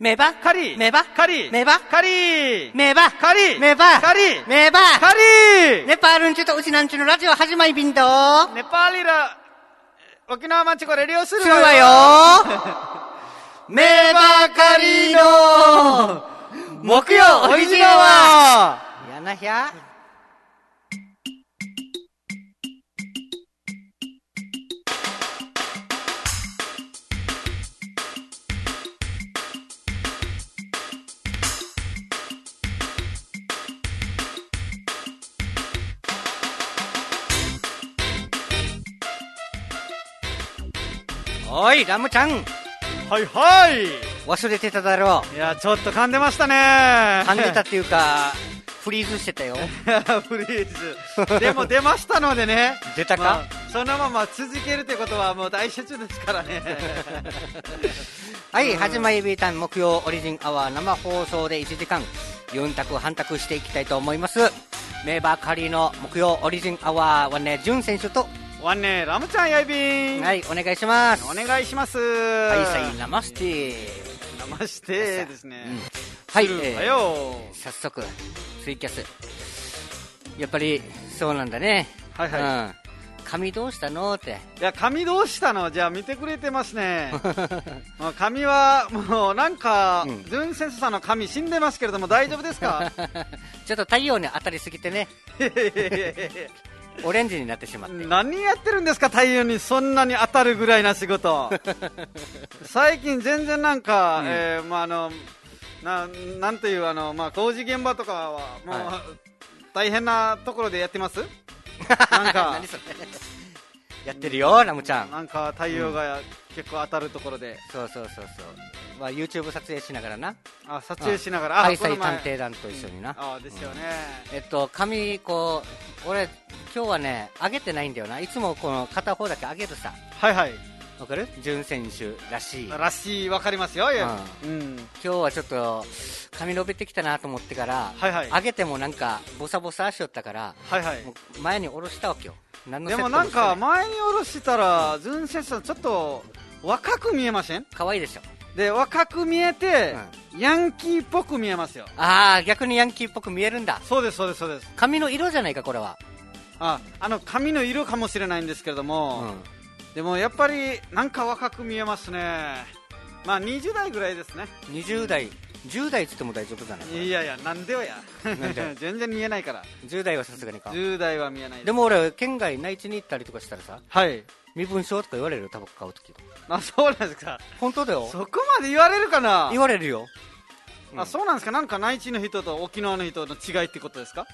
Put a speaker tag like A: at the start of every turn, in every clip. A: めば
B: カリ
A: めば
B: カリ
A: めば
B: カリ
A: めば
B: カリ
A: めば
B: カリ
A: めば
B: カリ
A: ネパールんちゅとうちなんちゅのラジオ始まりびんど
B: ネパーリラ、沖縄町これ利用する
A: するわ よめばかりの木曜おいじはやなひゃおいラムちゃん
B: はいはい
A: 忘れてただ ろ
B: いや、ちょっと噛んでましたね
A: う噛んでたっていうかフリーズしてたよ
B: フリーズ。でも出ましたのでね。
A: 出たか
B: まあそのまま続けるってことはもう大切ですから ね。
A: はい、はじまりビータン木曜オリジンアワー生放送で1時間、4択半択していきたいと思います。メーバーカリーの木曜オリジンアワーはね、ジュン選手と、
B: ワンネラムちゃんやいびん。
A: はい、お願いします。
B: お願いします。
A: はい、
B: は
A: さい、ナマスティ
B: ましてですね。
A: はい、
B: するわ
A: えー
B: よ。
A: 早速、ツイキャス。やっぱり、そうなんだね。
B: はいはい
A: うん。髪どうしたのって。
B: いや、髪どうしたのじゃあ見てくれてますね。もう髪は、もうなんか、
A: うん
B: ズンセンスさんの髪死んでますけれども大丈夫です か
A: ちょっと太陽に当たりすぎて ね、
B: いやいやいやいや
A: オレンジになってしまって。
B: 何やってるんですか太陽にそんなに当たるぐらいな仕 事最近全然なんか、
A: うん
B: えーまああのななんていうあの、まあ、工事現場とかはもう、
A: は
B: 大変なところでやっ てますなんか
A: 何それ やってるよ、ラムちゃん。
B: なんか太陽が結構当たるところで、
A: そうそうそうそう、まあ、YouTube 撮影しながらな
B: あ撮影しながらあ
A: 開
B: この
A: 催
B: 前
A: 探偵団と一緒にな、
B: あですよね、
A: えっと髪こう俺今日はね上げてないんだよないつもこの片方だけ上げるさ
B: はいはい
A: わかる準選手らしい今
B: らしいわかりますよ、いやうん、
A: 日はちょっと髪伸びてきたなと思ってから、
B: はいはい
A: 上げてもなんかボサボサしよったから
B: はいはい
A: もう前に下ろしたわけよ何の
B: で
A: セッ
B: も
A: ト
B: なん
A: してな
B: か
A: い
B: 前に下ろしたら、ズンセンさん、ちょっと若く見えません
A: 可愛いでしょ
B: で若く見えて、ヤンキーっぽく見えますよ、
A: ああ逆にヤンキーっぽく見えるんだ
B: そうです、そうです、そうです、
A: 髪の色じゃないかこれは、
B: ああの髪の色かもしれないんですけれど
A: う
B: も、
A: ん、
B: でもやっぱりなんか若く見えますね、まあ20代ぐらいですね、
A: 20代10代っつっても大丈夫じゃない
B: いやいや、なんでよや
A: なんで、
B: 全然見えないから、
A: 10代はさすがにか
B: 10代は見えない
A: で
B: も、
A: も俺県外内地に行ったりとかしたらさ
B: はい、
A: 身分証とか言われるよタバコ買うとき
B: あそうなんですか、
A: 本当だよ
B: そこまで言われるかな
A: 言われるようん
B: あそうなんですか、なんか内地の人と沖縄の人の違いってことですか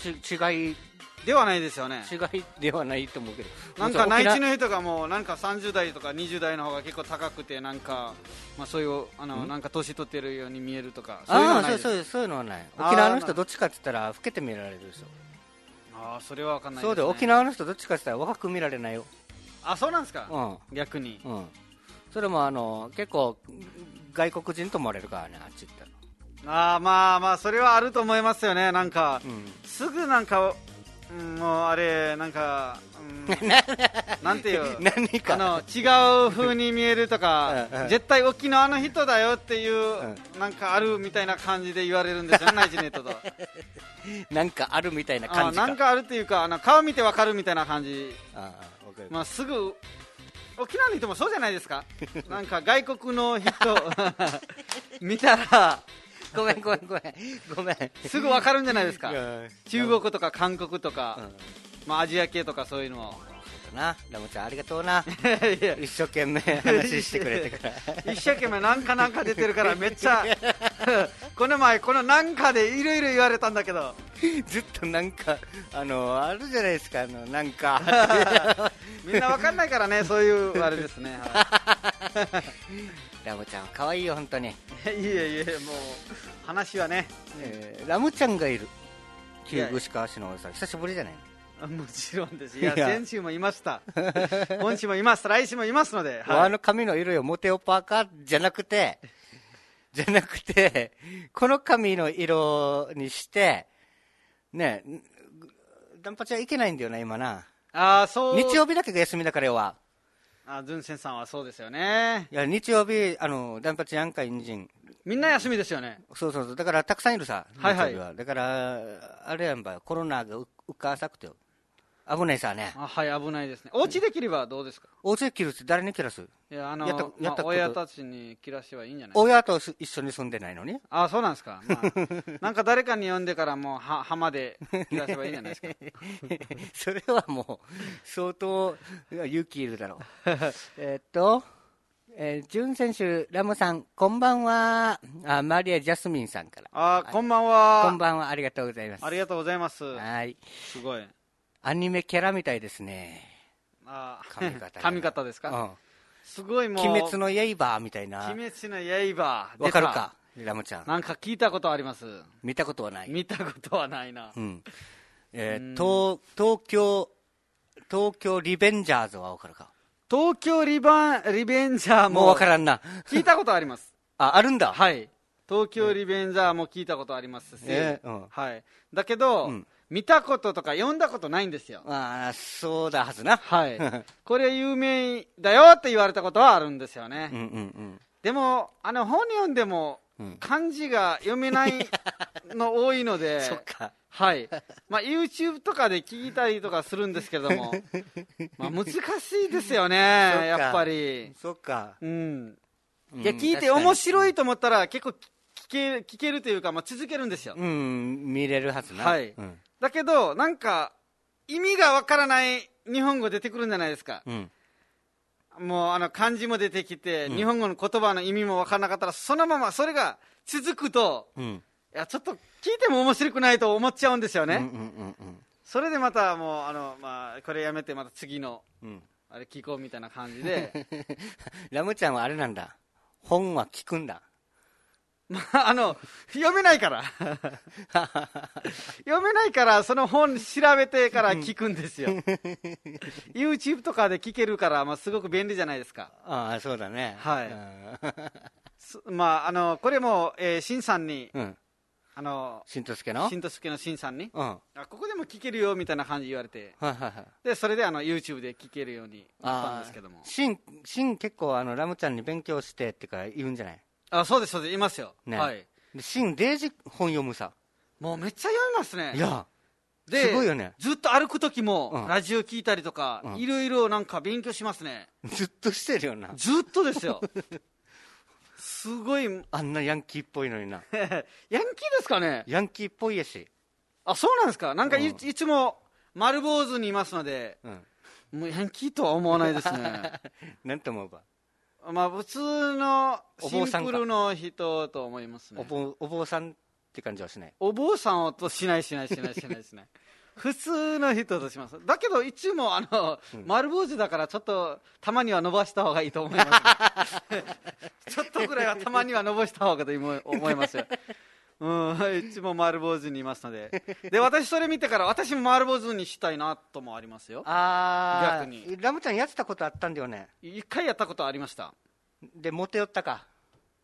A: ち違い
B: ではないですよね、
A: 違いではないと思うけど
B: なんか内地
A: の
B: の人がもうなんか30代とか20代の方が結構高くて、なんか、まあ、そういうあのなんか年取ってるように見えるとか、そういうの
A: あ
B: は
A: あ
B: ない
A: そう
B: で
A: そ
B: す
A: うそういうのはない
B: あー
A: 沖縄の人どっちかって言ったら老けて見られるでしょ
B: あーそれは分かんない
A: そ
B: です、ね、
A: うだよ沖縄の人どっちかって言ったら若く見られないよ
B: あそうなんですか、
A: うん
B: 逆に、
A: うんそれもあの結構外国人と思われるからねあっち行ったら
B: あーまあまあ、それはあると思いますよね、なんか、
A: う
B: すぐなんか、うんもうあれ、なんか、 うんなんていうん
A: 何か
B: あの違う風に見えると
A: うんう
B: か
A: ん、
B: 絶対沖縄の人だよっていう、
A: う
B: なんかあるみたいな感じで言われるんですよね、内地の人と。
A: なんかあるみたいな
B: あ
A: 感じか
B: なんかあるっていうか、あの顔見てわかるみたいな感じ、
A: ああわかる
B: まあ、すぐ沖縄の人もそうじゃないですか、なんか外国の人見たら、
A: ごめんごめんごめんごめん
B: すぐわかるんじゃないですか
A: い、や
B: 中国とか韓国と
A: う
B: か、
A: ん
B: まあ、アジア系とかそういうのを。
A: なラムちゃんありがとう な
B: いや
A: 一生懸命話してくれてから
B: 一生懸命なんかなんか出てるからめっちゃこの前このなんかでいろいろ言われたんだけど
A: ずっとなんかあのあるじゃないですかあのなんか
B: みんなわかんないからねそういうあれです ね、は
A: ラムちゃん可愛いよ本当に、
B: い、いえいえもう話はね
A: えーラムちゃんがいる
B: いや
A: 旧具しかしのさん久しぶりじゃない
B: もちろんです。いや、
A: いや
B: 先週もいました。今週もいます。来週もいますので。
A: あ
B: はい。
A: の髪の色よモテオパーカーじゃなくて じゃなくてこの髪の色にしてねえダンパチはいけないんだよな今な
B: ああ、そう。
A: 日曜日だけが休みだからよは
B: あ、ズンセンさんはそうですよね。
A: いや日曜日、あの、ダンパチヤンカインジン、
B: みんな休みですよね。
A: そうそうそう、だからたくさんいるさ、
B: はいはい
A: 日曜日だから、あれやんば、コロナがううっか浅くて、危ないさね、
B: あはい、危ないですね。お家で切ればどうですか
A: 大勢切るって誰に切らす
B: いや、あ
A: やったや
B: の、
A: っ
B: ま
A: た
B: あ
A: こと
B: 親たちに切らしてはいいんじゃない
A: 親とす一緒に住んでないの に、
B: あそうなんですか。まあ、 なんか誰かに呼んでからもう、は浜で切らせばいいんじゃな いですか。
A: それはもう、相当いや勇気いるだろ う。えっと、えー、ジュン選手、ラムさん、こんばんは、あマリア・ジャスミンさんから、
B: あこんばん
A: こ
B: は
A: ん。ばんは、ありがとうございます。
B: ありがとうございます。
A: はい
B: すごい。
A: アニメキャラみたいですね。
B: あ
A: 髪型が
B: 髪型ですか、すごい
A: うん
B: もう、
A: 鬼滅の刃みたいな。
B: 鬼滅の刃。
A: わかるかラムちゃ
B: 出
A: ん
B: た。なんか聞いたことあります。
A: 見たことはない。
B: 見たことはないな。
A: うん。えー
B: うん
A: 東、東京、東京リベンジャーズはわかるか
B: 東京リバンリベンジャーも
A: もうわからんな。
B: 聞いたことあります。
A: あ、あるんだ。
B: はい。東京リベンジャーも聞いたことありますし、
A: ええうん
B: はい。だけど、
A: うん
B: 見たこととか読んだことないんですよ。
A: ああ、そうだはずな。
B: はい。これ有名だよって言われたことはあるんですよね。
A: うんうんうん。
B: でも、あの、本読んでも
A: うん、
B: 漢字が読めないの多いので、
A: そっか。
B: はい。 まあ、YouTube とかで聞いたりとかするんですけれど も、まあ、難しいですよね、
A: そっか
B: やっぱり。
A: そっか。
B: うん。
A: うん
B: いや、聞いて面白。
A: 確
B: いと思ったら、結構聞け聞けるというか、まあ、続けるんですよ
A: か。にうん、見れるはずな。
B: はい
A: うん。
B: だけど、なんか、意味がわからない日本語出てくるんじゃないですか。
A: うん。
B: もう、あの、漢字も出てきて、
A: うん
B: 日本語の言葉の意味もわからなかったら、そのままそれが続くと、
A: うん。
B: いや、ちょっと聞いても面白くないと思っちゃうんですよね。
A: うんうんうん
B: それでまた、もう、あの、まあ、これやめて、また次の、
A: うん。うん。
B: あれ聞こうみたいな感じで、
A: ラムちゃんはあれなんだ。本は聞くんだ。
B: まあ、あの、読めないから。 読めないから、その本調べてから聞くんですよ。YouTube とかで聞けるから、まあ、すごく便利じゃないですか。
A: ああ、そうだね。
B: はい
A: い。
B: すまあ、あの、これも、えー、しんさんに、
A: うん。
B: あの、
A: しんとすけの
B: しんとすけのしんさんに、
A: うん。はい
B: あここでも聞けるよみたいな感じ言われて、
A: はいはい。
B: で、それであの、YouTube で聞けるようになったんですけども。
A: シン、シン結構あの、ラムちゃんに勉強してってか言うんじゃない
B: あ、そうです、そうです、いますよ。
A: ね
B: はい。
A: でシン、デージ本読むさ。
B: もうめっちゃ読みますね。
A: いや、
B: で、
A: すごいよね
B: ずっと歩く時も、
A: うん
B: ラジオ聞いたりとか、
A: うん
B: いろいろなんか勉強しますね。
A: ずっとしてるよな。
B: ずっと ですよ。すごい、ヤ ン
A: あんなヤンキーっぽいのにな。
B: キーですかね
A: ヤンキーっぽいやし。
B: あ、そうなんですかなんかい,、
A: うん
B: いつも丸坊主にいますので、
A: うん。
B: もうヤンキーとは思わないですね。
A: なんと思うば。
B: まあ普通の
A: お
B: シ
A: 坊
B: ン
A: さんか
B: プルの人と思います
A: お
B: ね
A: 坊、お坊さんって感じはしない。
B: お坊さんをとしないしないしないしないし ない普通の人としますだけどいつもあの、丸坊主だからちょっとたまには伸ばした方がいいと思います ちょっとぐらいはたまには伸ばした方がいいと思いますようん、いつも丸坊主にいますのでで私それ見てから私も丸坊主にしたいなともありますよ
A: あ
B: 逆に
A: ラムちゃんやってたことあったんだよね。
B: 一回やったことありました
A: で、モテよったか。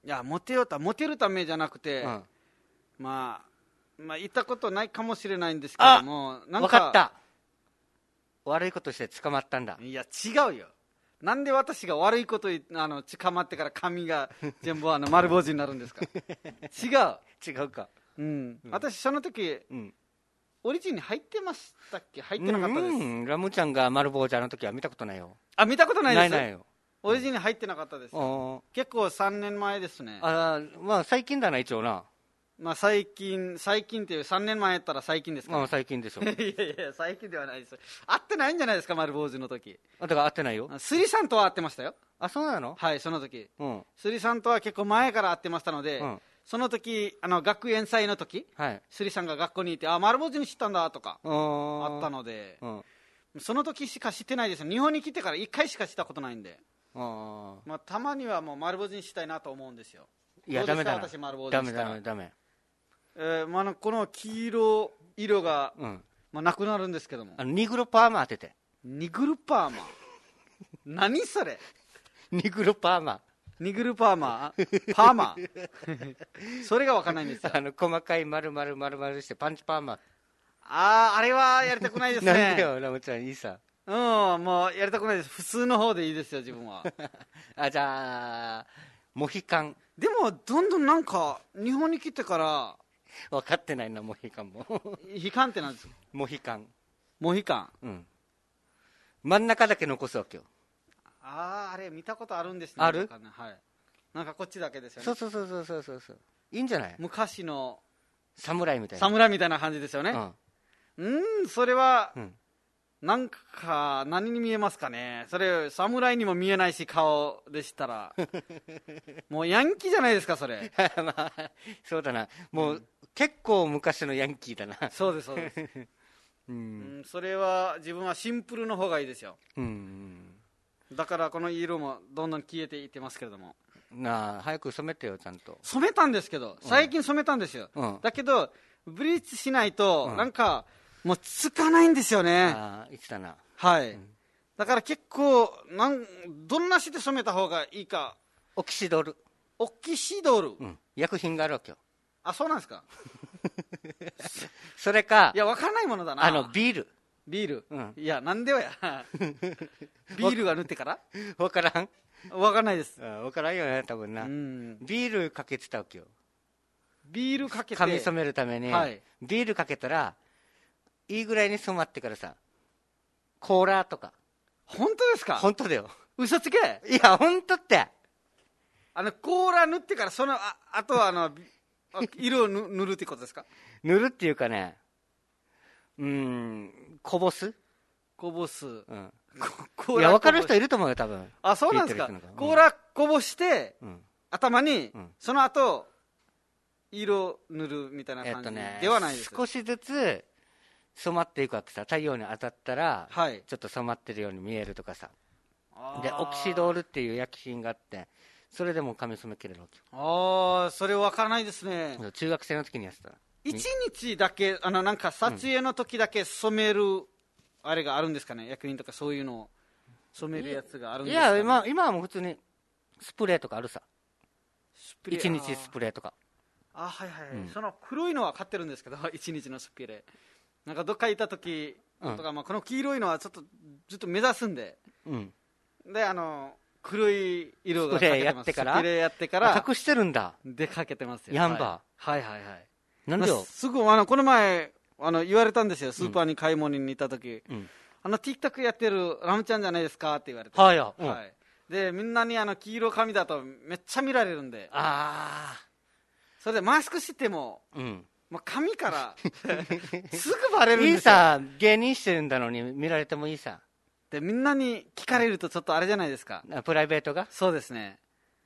B: いやモテようたモテるためじゃなく
A: う
B: て、
A: ん。
B: まあ、まあ、行ったことないかもしれないんですけども、なん
A: わかった。悪いことして捕まったんだ。
B: いや、違うよ。なんで私が悪いこと言あの捕まってから髪が全部あの丸坊主になるん ですか違
A: 違うか。
B: う、うん、私、その時
A: うん。
B: オリジンに入ってましたっけ入ってなかったです、
A: うんラムちゃんが丸坊主あの時は見たことないよ。
B: あ見たことないです
A: ないよ。
B: オリジンに入ってなかったです、
A: あ
B: 結構3年前ですね、
A: あー、まあ最近だな、一応な。
B: まあ、最近、最近っていう、3年前やったら最近ですか、
A: まあ最近でしょ。
B: いやいや、最近ではないです、会ってないんじゃないですか、丸坊主の時
A: あだから会ってないよ。
B: あスリさんとは会ってましたよ、
A: あ、そうなの
B: はい、その時
A: うん。
B: スリさんとは結構前から会ってましたので、
A: うん
B: その時あの学園祭の時
A: はい。
B: スリさんが学校にいて、あ丸坊主にしたんだとか
A: あ
B: あった。ので
A: う、ん。
B: その時しか知ってないですよ、日本に来てから1回しかしたことないんで、
A: あ
B: まあ、たまにはもう丸坊主にしたいなと思うんですよ。
A: ーいや、
B: ど
A: ダ
B: う
A: メ
B: ですか
A: だな。
B: 私丸坊主
A: ダ
B: に
A: メ
B: し
A: ダ
B: た
A: メ
B: ら、
A: ダメ。
B: えーまああの、この黄色色が、
A: うん。
B: まあ、なくなるんですけども
A: あ、の、ニグロパーマ当て て。
B: ニグルパーマ、何それ、
A: ニグロパーマ。
B: ニグルパーマ、あパーマ、それが分かんないんですよ。
A: あの、細かい丸々丸々してパンチパーマ。
B: あーあれはやりたくないですね。
A: なんでよ、ラムちゃん、いいさ。
B: うん、もうやりたくないです。普通の方でいいですよ、自分は。
A: あ、じゃあ、モヒカン。
B: でもどんどんなんか日本に来てから
A: 分かってないな、モヒカンも。
B: 悲観ってなんですか
A: モヒカン。
B: モヒカン
A: うん。真ん中だけ残すわけよ。
B: あああれ見たことあるんですね
A: ある
B: なんかねはいなんかこっちだけですよ
A: そう
B: ね
A: そうそうそうそうそうそう。いいんじゃない
B: 昔の
A: 侍みたいな。
B: 侍みたいな感じですよねうんそれは
A: うん。うん。
B: なんか何に見えますかねそれ侍にも見えないし顔でした らもうヤンキーじゃないですかそ れ
A: まあ、そうだな。もう、結構昔のヤンキーだな。
B: そうですそうです、
A: う。
B: うんん、それは自分はシンプルの方がいいですよ
A: うん。
B: だからこの色もどんどん消えていってますけれども
A: なあ、早く染めてよ、ちゃんと。
B: 染めたんですけど最近染めたんですよ、
A: うん
B: だけどブリーチしないと
A: うん
B: なんかもうつかないんですよね、
A: ああ、いつだな。
B: はい、だから結構なんどんなして染めた方がいいか
A: オキシドル。
B: オキシドル、
A: うん。薬品があるわけよ。
B: あそうなんですか
A: それか
B: い、やわからないものだな
A: あの、ビール。
B: ビール、
A: うん
B: いやなんでよや ビールが塗ってから
A: わからん
B: わからないです、
A: うんわからんよね、多分
B: う
A: な。
B: ん、
A: ビールかけてたわけよ。
B: ビールかけて
A: 髪染めるために、
B: はい
A: ビールかけたら、いいぐらいに染まってからさ、コーラとか。
B: 本当ですか
A: 本当だよ。
B: 嘘つけ
A: いや、本当って。
B: あのコーラ塗ってからそのああとはあの あ色を塗塗るってことですか
A: 塗るっていうかね、うーん、こぼす、
B: こぼす
A: うん、
B: こコ
A: いや、分かる
B: こぼ
A: 人いると思うよ、多分
B: あそうなんです
A: 聞
B: か
A: いてる人の方
B: コーラこぼして
A: うん。
B: 頭に、
A: うん
B: その後色塗るみたいな
A: えっ
B: 感
A: と
B: じ
A: ね、
B: ではないです、
A: 少しずつ染まっていくわけさ、太陽に当たったら、
B: はい
A: ちょっと染まってるように見えるとかさ、
B: あー
A: で、オキシドールっていう薬品があって、それでもう髪染め切れるわけよ
B: ああそれ分からないですね
A: そう中学生の時にやってた
B: 一日だけあのなんか撮影の時だけ染める、あれがあるんですかね薬品とかそういうのを染めるやつがあるん
A: い
B: ですか、
A: や
B: ね、
A: 今今はもう普通にスプレーとかあるさ
B: スプレー
A: 一日スプレーとか
B: あーはいはい、
A: うん
B: その黒いのは買ってるんですけど 一日のスピレなんかどっか行った時とか、まあ、この黄色いのはちょっとずっと目指すんで
A: うん
B: であの黒い色
A: ス
B: が
A: プレー
B: かけます
A: やってから
B: スプレーやってか
A: あ
B: ら
A: 隠してるんだ
B: でかけてますよ
A: ヤンバ
B: はい、はいはいはい
A: なんで
B: まあ
A: よ、
B: すぐあのこの前あの言われたんですよスーパーに買い物に行った時、
A: うん、
B: あの TikTok やってるラムちゃんじゃないですかって言われて、
A: はいや、うんあ
B: はいでみんなにあの黄色髪だとめっちゃ見られるんで
A: あ
B: それでマスクしても
A: ーうん
B: まあ、髪から すぐバレるん
A: いい
B: ですよ
A: さ芸人してるんだのに見られてもいいさ
B: でみんなに聞かれるとちょっとあれじゃないですか
A: あプライベートが
B: そうですね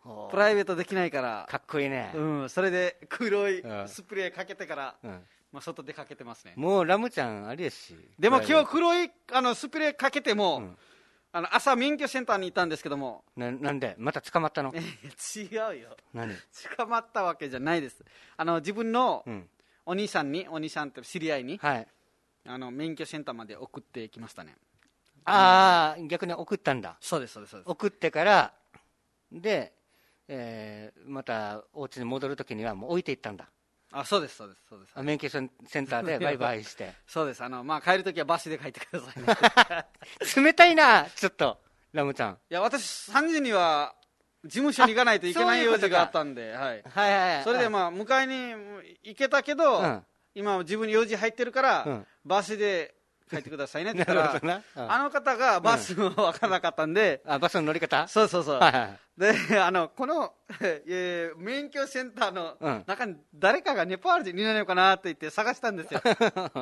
B: プ
A: プ
B: ライベートできないから
A: かっこいいね、
B: うんそれで黒い
A: うん
B: スプレーかけてから、
A: うん、
B: まあ、外出かけてますね
A: もうラムちゃんありやし
B: でも今日
A: 日
B: 黒いあのスプレーかけても、
A: うん
B: あの朝免許センターにいたんですけども
A: ななんでまた捕まったの
B: いや違うよ
A: 何
B: 捕まったわけじゃないですあの自分の
A: うん
B: お兄さんにお兄さんって知り合いに
A: はい
B: あの免許センターまで送ってきましたね
A: ああ逆に送ったんだ
B: そうですそうですそうです
A: 送ってから、で、えーまたお家に戻るときにはもう置いていったんだ、
B: あそうですそうですそうです
A: あ免許センセンターでバイバイして、
B: そうです。あの、まあ、帰るときはバスで帰ってくださいね。
A: 冷たいな、ちょっと、ラムちゃん。
B: いや、私、3時には、事務所に行かないといけない
A: あそうい
B: 用
A: うこと
B: 事
A: か
B: があったんで、はい。
A: はいはいはい、
B: それで、まあ、迎えに行けたけど、
A: うん
B: 今、自分用事入ってるから、
A: うん
B: バスで帰ってくださいねって言っ た
A: なるほど
B: ら
A: な、うん
B: あの方がバスも分からなかったん で、
A: あバスの乗り方、
B: そうそうそう。
A: はいはい
B: で、あの、この、 えー免許センターの
A: うん
B: 中に誰かがネパール人になるのかなって言って探したんですよ。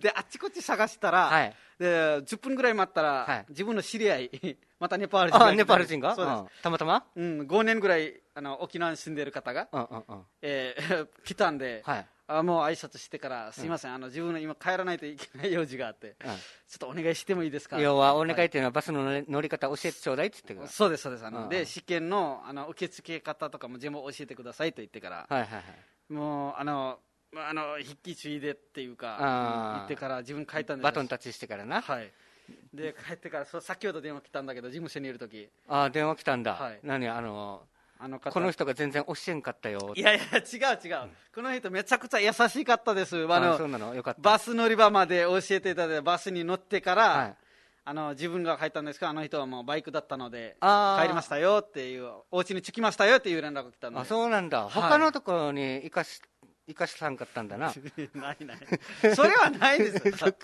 B: で、あっちこっち探したら、
A: はい
B: で10分ぐらい待ったら、
A: はい
B: 自分の知り合い、 またネパール人が
A: あネパール人が
B: そうです、
A: うんたまたま、
B: うん5年ぐらいあの沖縄に住んでる方が、
A: うんうんうん、
B: えー 来たんで、
A: はい
B: あもう挨拶してから、すいません、あの自分の今、帰らないといけない用事があって、ちょっとお願いしてもいいですか。
A: 要はお願いっていうのは、バスの乗り乗り方教えてちょうだいって言ってく
B: そうですそうですあの、
A: うん
B: で試験のあの受付方とかも全部教えてくださいと言ってから、
A: る、はいはいはい、
B: もうあのまああの筆記注意でっていう
A: あ
B: か
A: ー
B: 言ってから自分書いたんです
A: バトンタッチしてからな、
B: はいで帰ってからそう先ほど電話来たんだけど事務所にいる時
A: あ電話来たんだ、
B: はい
A: 何、あの、
B: あの方
A: この人が全然教えんかったよ
B: いやいや違う違う、この人めちゃくちゃ優しかったですあ
A: あ
B: の
A: そうなのよかった
B: バス乗り場まで教えていただいてバスに乗ってから、
A: はい
B: あの自分が帰ったんですけどあの人はもうバイクだったので
A: あー
B: 帰りましたよっていうお家に着きましたよっていう連絡が来たんで
A: あそうなんだ、
B: い
A: 他のところに生かし生かしたんかったんだ な
B: ないないそれはないです よ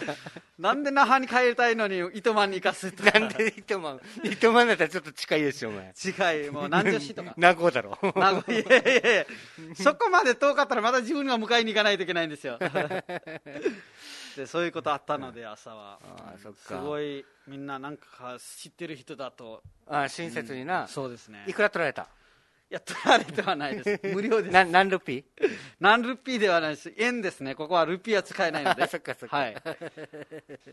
B: なんで那覇に帰りたいのに糸満に行かすとか
A: なんで糸満糸満だったらちょっと近いですよお前
B: 違いもう何十市とか
A: 名護だ ろ
B: 名古屋いやいやいやそこまで遠かったらまた自分が迎えに行かないといけないんで すよでそういうことあったので朝は
A: あーそっか
B: すごいみんななんか知ってる人だと
A: あ親切にな、
B: そうですね
A: いくら取られた
B: いや取られてはないです 無料です
A: な何ルピー
B: 何ルピーではないです円ですねここはルピーは使えない ので
A: そっかそっか
B: はい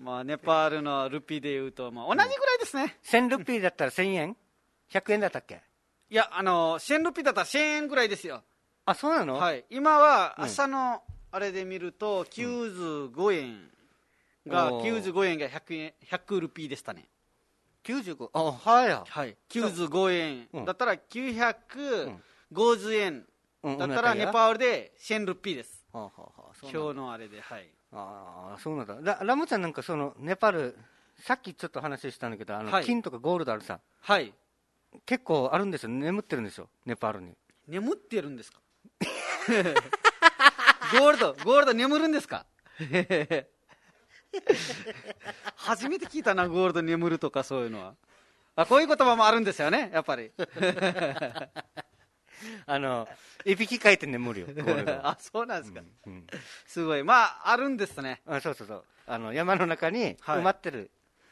B: まあネパールのルピーでいうと、まあ、同じぐらいですね、
A: 1000ルピーだったら1000円100円だったっけ
B: いやあの1000ルピーだったら1000円ぐらいですよ
A: あそうなの、
B: はい今は
A: うん
B: 朝のあれで見ると95円が、
A: おー
B: 95円が100円100ルピーでしたね
A: 95あはいや、
B: はい95
A: うん
B: 円だったら950円
A: うん
B: だったら
A: お腹
B: ネ
A: や
B: パールで1000ルピーです
A: はあはあはあそうなんだ
B: 今日のあれではい
A: ああそうなんだララムちゃんなんかそのネパールさっきちょっと話したんだけどあの、
B: はい
A: 金とかゴールドあるさ
B: はい
A: 結構あるんですよ眠ってるんですよネパールに
B: 眠ってるんですか ゴールドゴールド眠るんですか 初めて聞いたなゴールド眠るとかそういうのはあこういう言葉もあるんですよねやっぱり
A: あのいびきかいて眠るよゴールドは、
B: あそうなんですか、
A: うん、
B: すごいまああるんですね
A: あそうそうそうあの山の中に
B: はい
A: 埋まってる、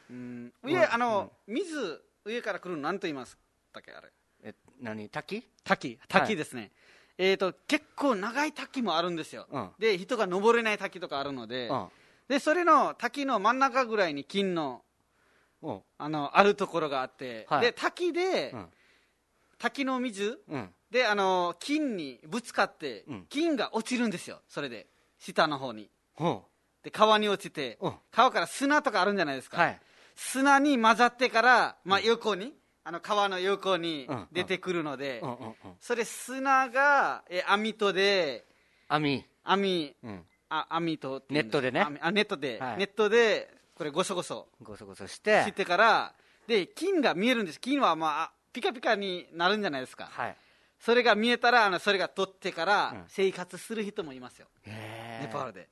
B: うん
A: ん
B: 上あの、水上から来るのなんと言いますだっけあれ
A: え何滝
B: 滝
A: はい
B: 滝ですね、えー、と結構長い滝もあるんですよ、
A: うん
B: で人が登れない滝とかあるので、
A: うん
B: でそれの滝の真ん中ぐらいに金の
A: うん
B: あのあるところがあって、
A: はい
B: で滝で、
A: うん
B: 滝の水
A: うん
B: であの金にぶつかって、
A: うん
B: 金が落ちるんですよそれで下の方に
A: ほ
B: で川に落ちて、
A: うん
B: 川から砂とかあるんじゃないです
A: う
B: か、
A: はい
B: 砂に混ざってから、まあ、横に、あの川の横に
A: うん
B: 出てくるので、
A: うんうんうん
B: それ砂がえ網戸で
A: 網
B: 網
A: うん
B: あ網戸っていうんす
A: ネットでね
B: 網あネットで、
A: はい
B: ネットでこれごそごそ
A: ごそごそし
B: しててからで金が見えるんです金はまああピカピカになるんじゃないですか、
A: はい
B: それが見えたらあのそれが取ってか
A: うん
B: ら生活する人もいますよ、
A: へえ
B: ネパールで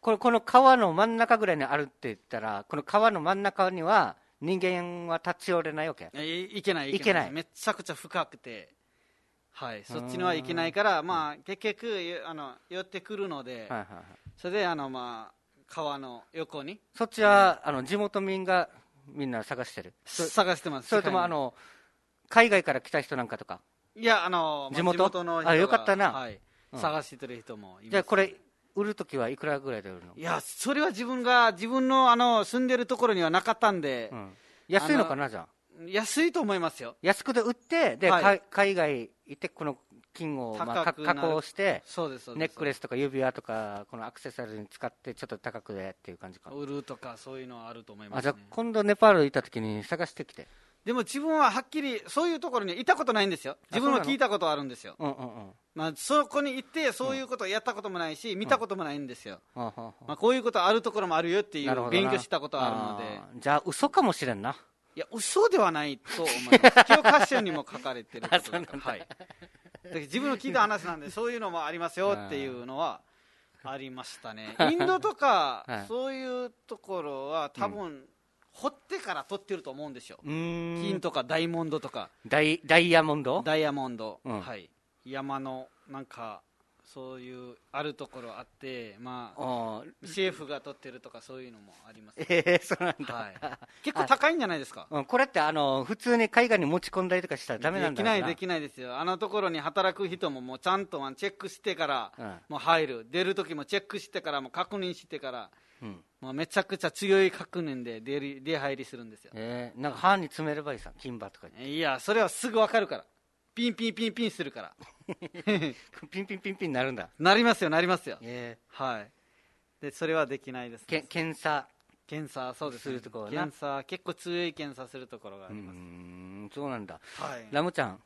A: これこの川の真ん中ぐらいにあるって言ったらこの川の真ん中には人間は立ち寄れないわけ
B: えいいけない
A: いけない
B: めちゃくちゃ深くてはいそっちにはいけないからまあ結局ゆあの寄ってくるの
A: は
B: で、
A: いはいはい
B: それであのまあ川の横に
A: そっちは、あの地元民がみんな探してる、そ
B: 探してます
A: それとも
B: 世
A: あ
B: 界に
A: の海外から来た人なんかとか、
B: いやあのまあ
A: 地元
B: の人が
A: あよかったな
B: はい
A: うん
B: 探してる人もいます
A: じゃあこれ、売るときはいくらぐらいで売るの
B: い、やそれは自分が自分のあの住んでるところにはなかったんで
A: う、ん安いのかな、じゃあ、
B: 安いと思いますよ
A: 安くで売って、で
B: はい
A: か海外行って、この金を、まあ、
B: 高
A: か
B: くな
A: 加
B: る
A: 工して、
B: そうですそうです
A: ネックレ
B: ス
A: スとか指輪とか、このアクセサリーに使って、ちょっと高くでっていう感じか。
B: 売るとかそういうのはあると思いま
A: あ
B: す、
A: じゃ
B: ね
A: あ、今度ネパール行ったときに探してきて、
B: でも自分ははっきりそういうところにいたことないんですよ自
A: そ
B: 分
A: うな
B: は
A: の
B: 聞いたことあるんですよ
A: うんうんうん、
B: まあ、そこに行ってそういうことをやったこともないし、見たこともないんですよ、
A: はあはあは
B: まあ、こういうことあるところもあるよって
A: あ
B: い
A: なるほ
B: う
A: どな
B: 勉強したことあるので
A: あーじゃあ、嘘かもしれんな、
B: いや、嘘ではないと思います。教科書にも書かれて ることだから。はい。だから自分の聞いた話なんで、そういうのもありますよっていうのは、ありまし たね。インドとか
A: はい、
B: そういうところは、多分、掘ってから取ってると思うんですよ。
A: うーん
B: 金とかダイモンドとか、
A: ダイダイヤモンド
B: ダイヤモンド、
A: うん
B: はい。山の、なんか、そういう、あるところあって、まあ、
A: あー
B: 政府が取ってるとか、そういうのもあります。
A: ええそうなんだ、
B: はい。結構高いんじゃないですか
A: うん、これってあの普通に海外に持ち込んだりとかしたらダメなんだ
B: できな
A: ろう
B: いできないですよあのところに働く人ももうちゃんとチェックしてから、
A: うん
B: もう入る出る時もチェックしてからもう確認してから
A: うん
B: もうめちゃくちゃ強い確認で出る出入りするんですよ
A: ええなんか歯に詰めればいいさ金歯とかに
B: いやそれはすぐ分かるからピンピンピンピンする から
A: ピンピンピンピンになるんだ
B: なりますよなりますよ
A: え
B: はいでそれはできないです、
A: えけ検査
B: 検査そうです、
A: するところな
B: 検査結構強い検査するところがあ
A: う
B: ります、
A: んそうなんだ
B: はい
A: ラムちゃん、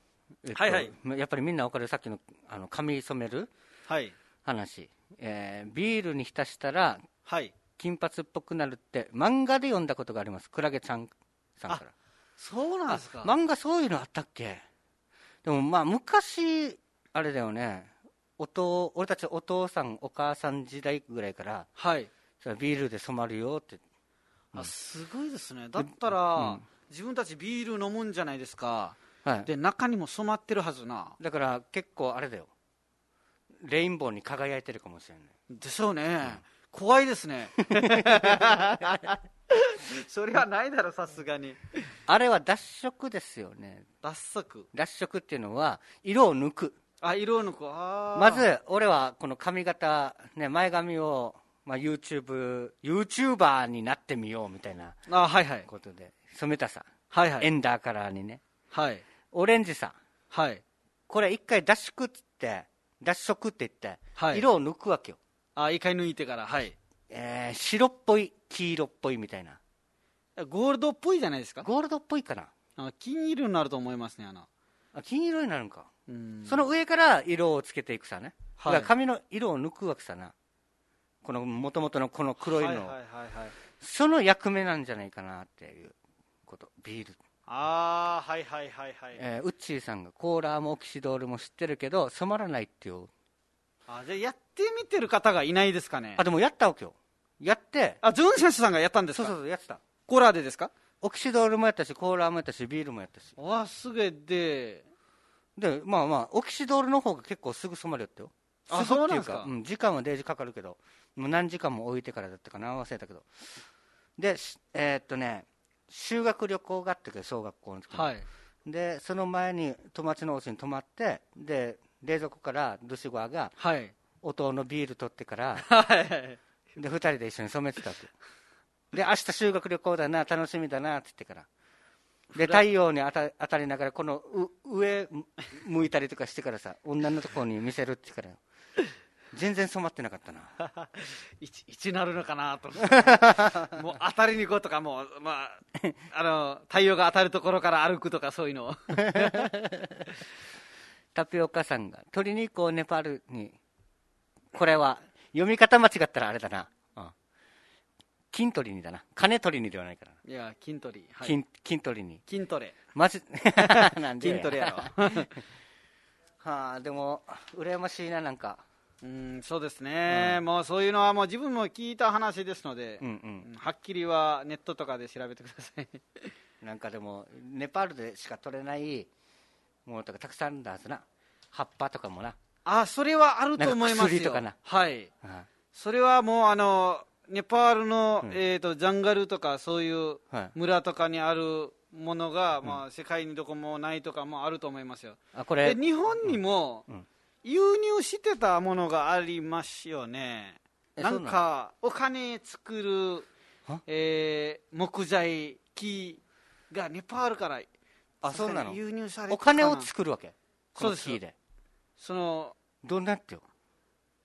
A: えっと
B: はいはい
A: やっぱりみんなわかるさっきのあの髪染める
B: はい
A: 話、えービールに浸したら
B: はい
A: 金髪っぽくなるって漫画で読んだことがありますクラゲちゃんさんから
B: そうなんですか、
A: 漫画そういうのあったっけでもまあ昔あれだよねおと俺たちお父さんお母さん時代ぐらいから
B: はい
A: それはビールで染まるよって
B: あすごいですねだったら、
A: うん
B: 自分たちビール飲むんじゃないですか
A: はい
B: で中にも染まってるはずな
A: だから結構あれだよレインボーに輝いてるかもしれない
B: でしょうね、怖いです ねそれはないだろさすがに
A: あれは脱色ですよね
B: 脱足
A: 脱色っていうのは色を抜く
B: あ色の子あー
A: まず俺はこの髪型、ね、前髪を、まあ、YouTube ユーチューバーになってみようみたいな
B: あはいはい
A: ことで染めたさ、
B: はいは
A: エ
B: い
A: ンダーカラーにね
B: はい
A: オレンジさ
B: はい
A: これ一回脱色っつって脱色って言って、
B: はい
A: 色を抜くわけよ、
B: あ一回抜いてからはい
A: えー白っぽい黄色っぽいみたいな
B: ゴールドっぽいじゃないですか
A: ゴールドっぽいかな
B: あ金色になると思いますねあの
A: あ金色になるんか
B: うん
A: その上から色をつけていくさね、
B: は
A: だ
B: い
A: から髪の色を抜くわけさなこのもともとのこの黒いの、
B: はいはいはいはい
A: その役目なんじゃないかなっていうことビール、
B: ああはいはいはいはい、
A: えーウッチーさんがコーラもオキシドールも知ってるけど染まらないっていう
B: あじゃあやってみてる方がいないですかね
A: あでもやったわけよやって
B: あジョン選手さんがやったんです
A: そ
B: か
A: うそうそうやってた
B: コーラでですか
A: オキシドールもやったしコーラもやったしビールもやったし
B: わあすげえで
A: でまあまあオキシドールの方が結構すぐ染まるよってよぐ
B: あ
A: ってい
B: そうなん
A: う
B: すか
A: うん、時間は0時かかるけどもう何時間も置いてからだったかな忘れたけどでしえーっとね修学旅行があったけど小学校の時に
B: はい
A: でその前に友達のお家に泊まってで冷蔵庫からドゥシゴアが
B: はい
A: 弟のビール取ってから
B: はい
A: で2人で一緒に染めてたわけで明日修学旅行だな楽しみだなって言ってからで太陽に当た当たりながらこのう上向いたりとかしてからさ女のところに見せるって言うからよ全然染まってなかったな
B: 一一なるのかなと思 ってもう当たりに行こうとかもう まああの太陽が当たるところから歩くとかそういうのを
A: タピオカさんが鶏肉をネパールにこれは読み方間違ったらあれだな、うん、金取りにだな金取りにではないから
B: いや筋トレ、はい、筋
A: 金金取りに
B: トレ
A: マジ なんで
B: 筋トレや ろ
A: はあでも羨ましいななんか
B: うんそうですね、もうそういうのはもう自分も聞いた話ですので、
A: うん
B: うんはっきりはネットとかで調べてください
A: うんなんかでもネパールでしか取れないものとかたくさんあるんだはずな葉っぱとかもな、
B: あそれはあると思いますよ
A: なんか薬とかな
B: はい
A: は
B: それはもうあのネパールの、
A: ん
B: えー、とジャンガルとかそういう
A: はい
B: 村とかにあるものが、まあ、世界にどこもないとかもあると思いますよ、
A: あこれ
B: で日本にも
A: うん
B: 輸入してたものがありますよね、
A: え
B: なんかお金作る
A: は、
B: えー木材木がネパールから
A: あそうなの
B: 輸入されて
A: お
B: たか
A: 金
B: な
A: を作るわけこの
B: そう
A: 木
B: で
A: で
B: その
A: どんなってよ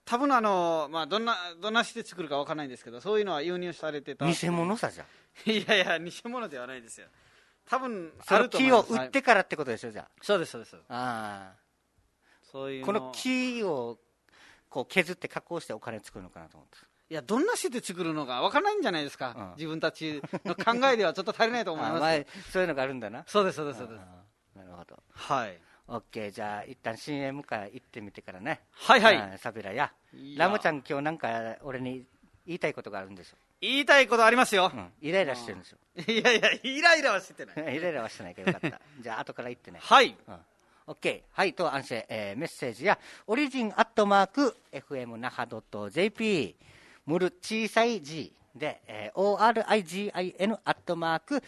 B: 多分あの、まあ、どんなどんなして作るかわかんないんですけどそういうのは輸入されてた
A: 偽物さじゃあ
B: いやいや、偽物ではないですよ。多分
A: そ
B: あ
A: の
B: ると思
A: 木
B: い
A: を
B: ます。
A: 売ってからってことでしょじゃ
B: そうです、そうです。
A: ああ
B: そうい
A: ー
B: う
A: この木をこう削って加工してお金作るのかなと思って
B: いや、どんなして作るのかわからないんじゃないですか、
A: うん
B: 自分たちの考えで はちょっと足りないと思い
A: あ
B: ま
A: ー
B: す。
A: 前そういうのがあるんだな
B: そうです、そうです、そうです。
A: あーなるほど
B: はい。
A: オッケーじゃあ一旦 CM から行ってみてからね
B: はいはい
A: あーサビラや
B: いや
A: ラムちゃん今日なんか俺に言いたいことがあるんでしょ、
B: 言いたいことありますよ
A: う。ん、イライラしてるんでしょ
B: いやいや、イライラはしてな い。
A: イライラはしてないけどよ かったじゃあ後から言ってね
B: はい。
A: うんオッケーはいと安静、えーメッセージやオリジンアットマーク FM 那覇 .jp ムル小さい G で、えー ORIGIN アットマーク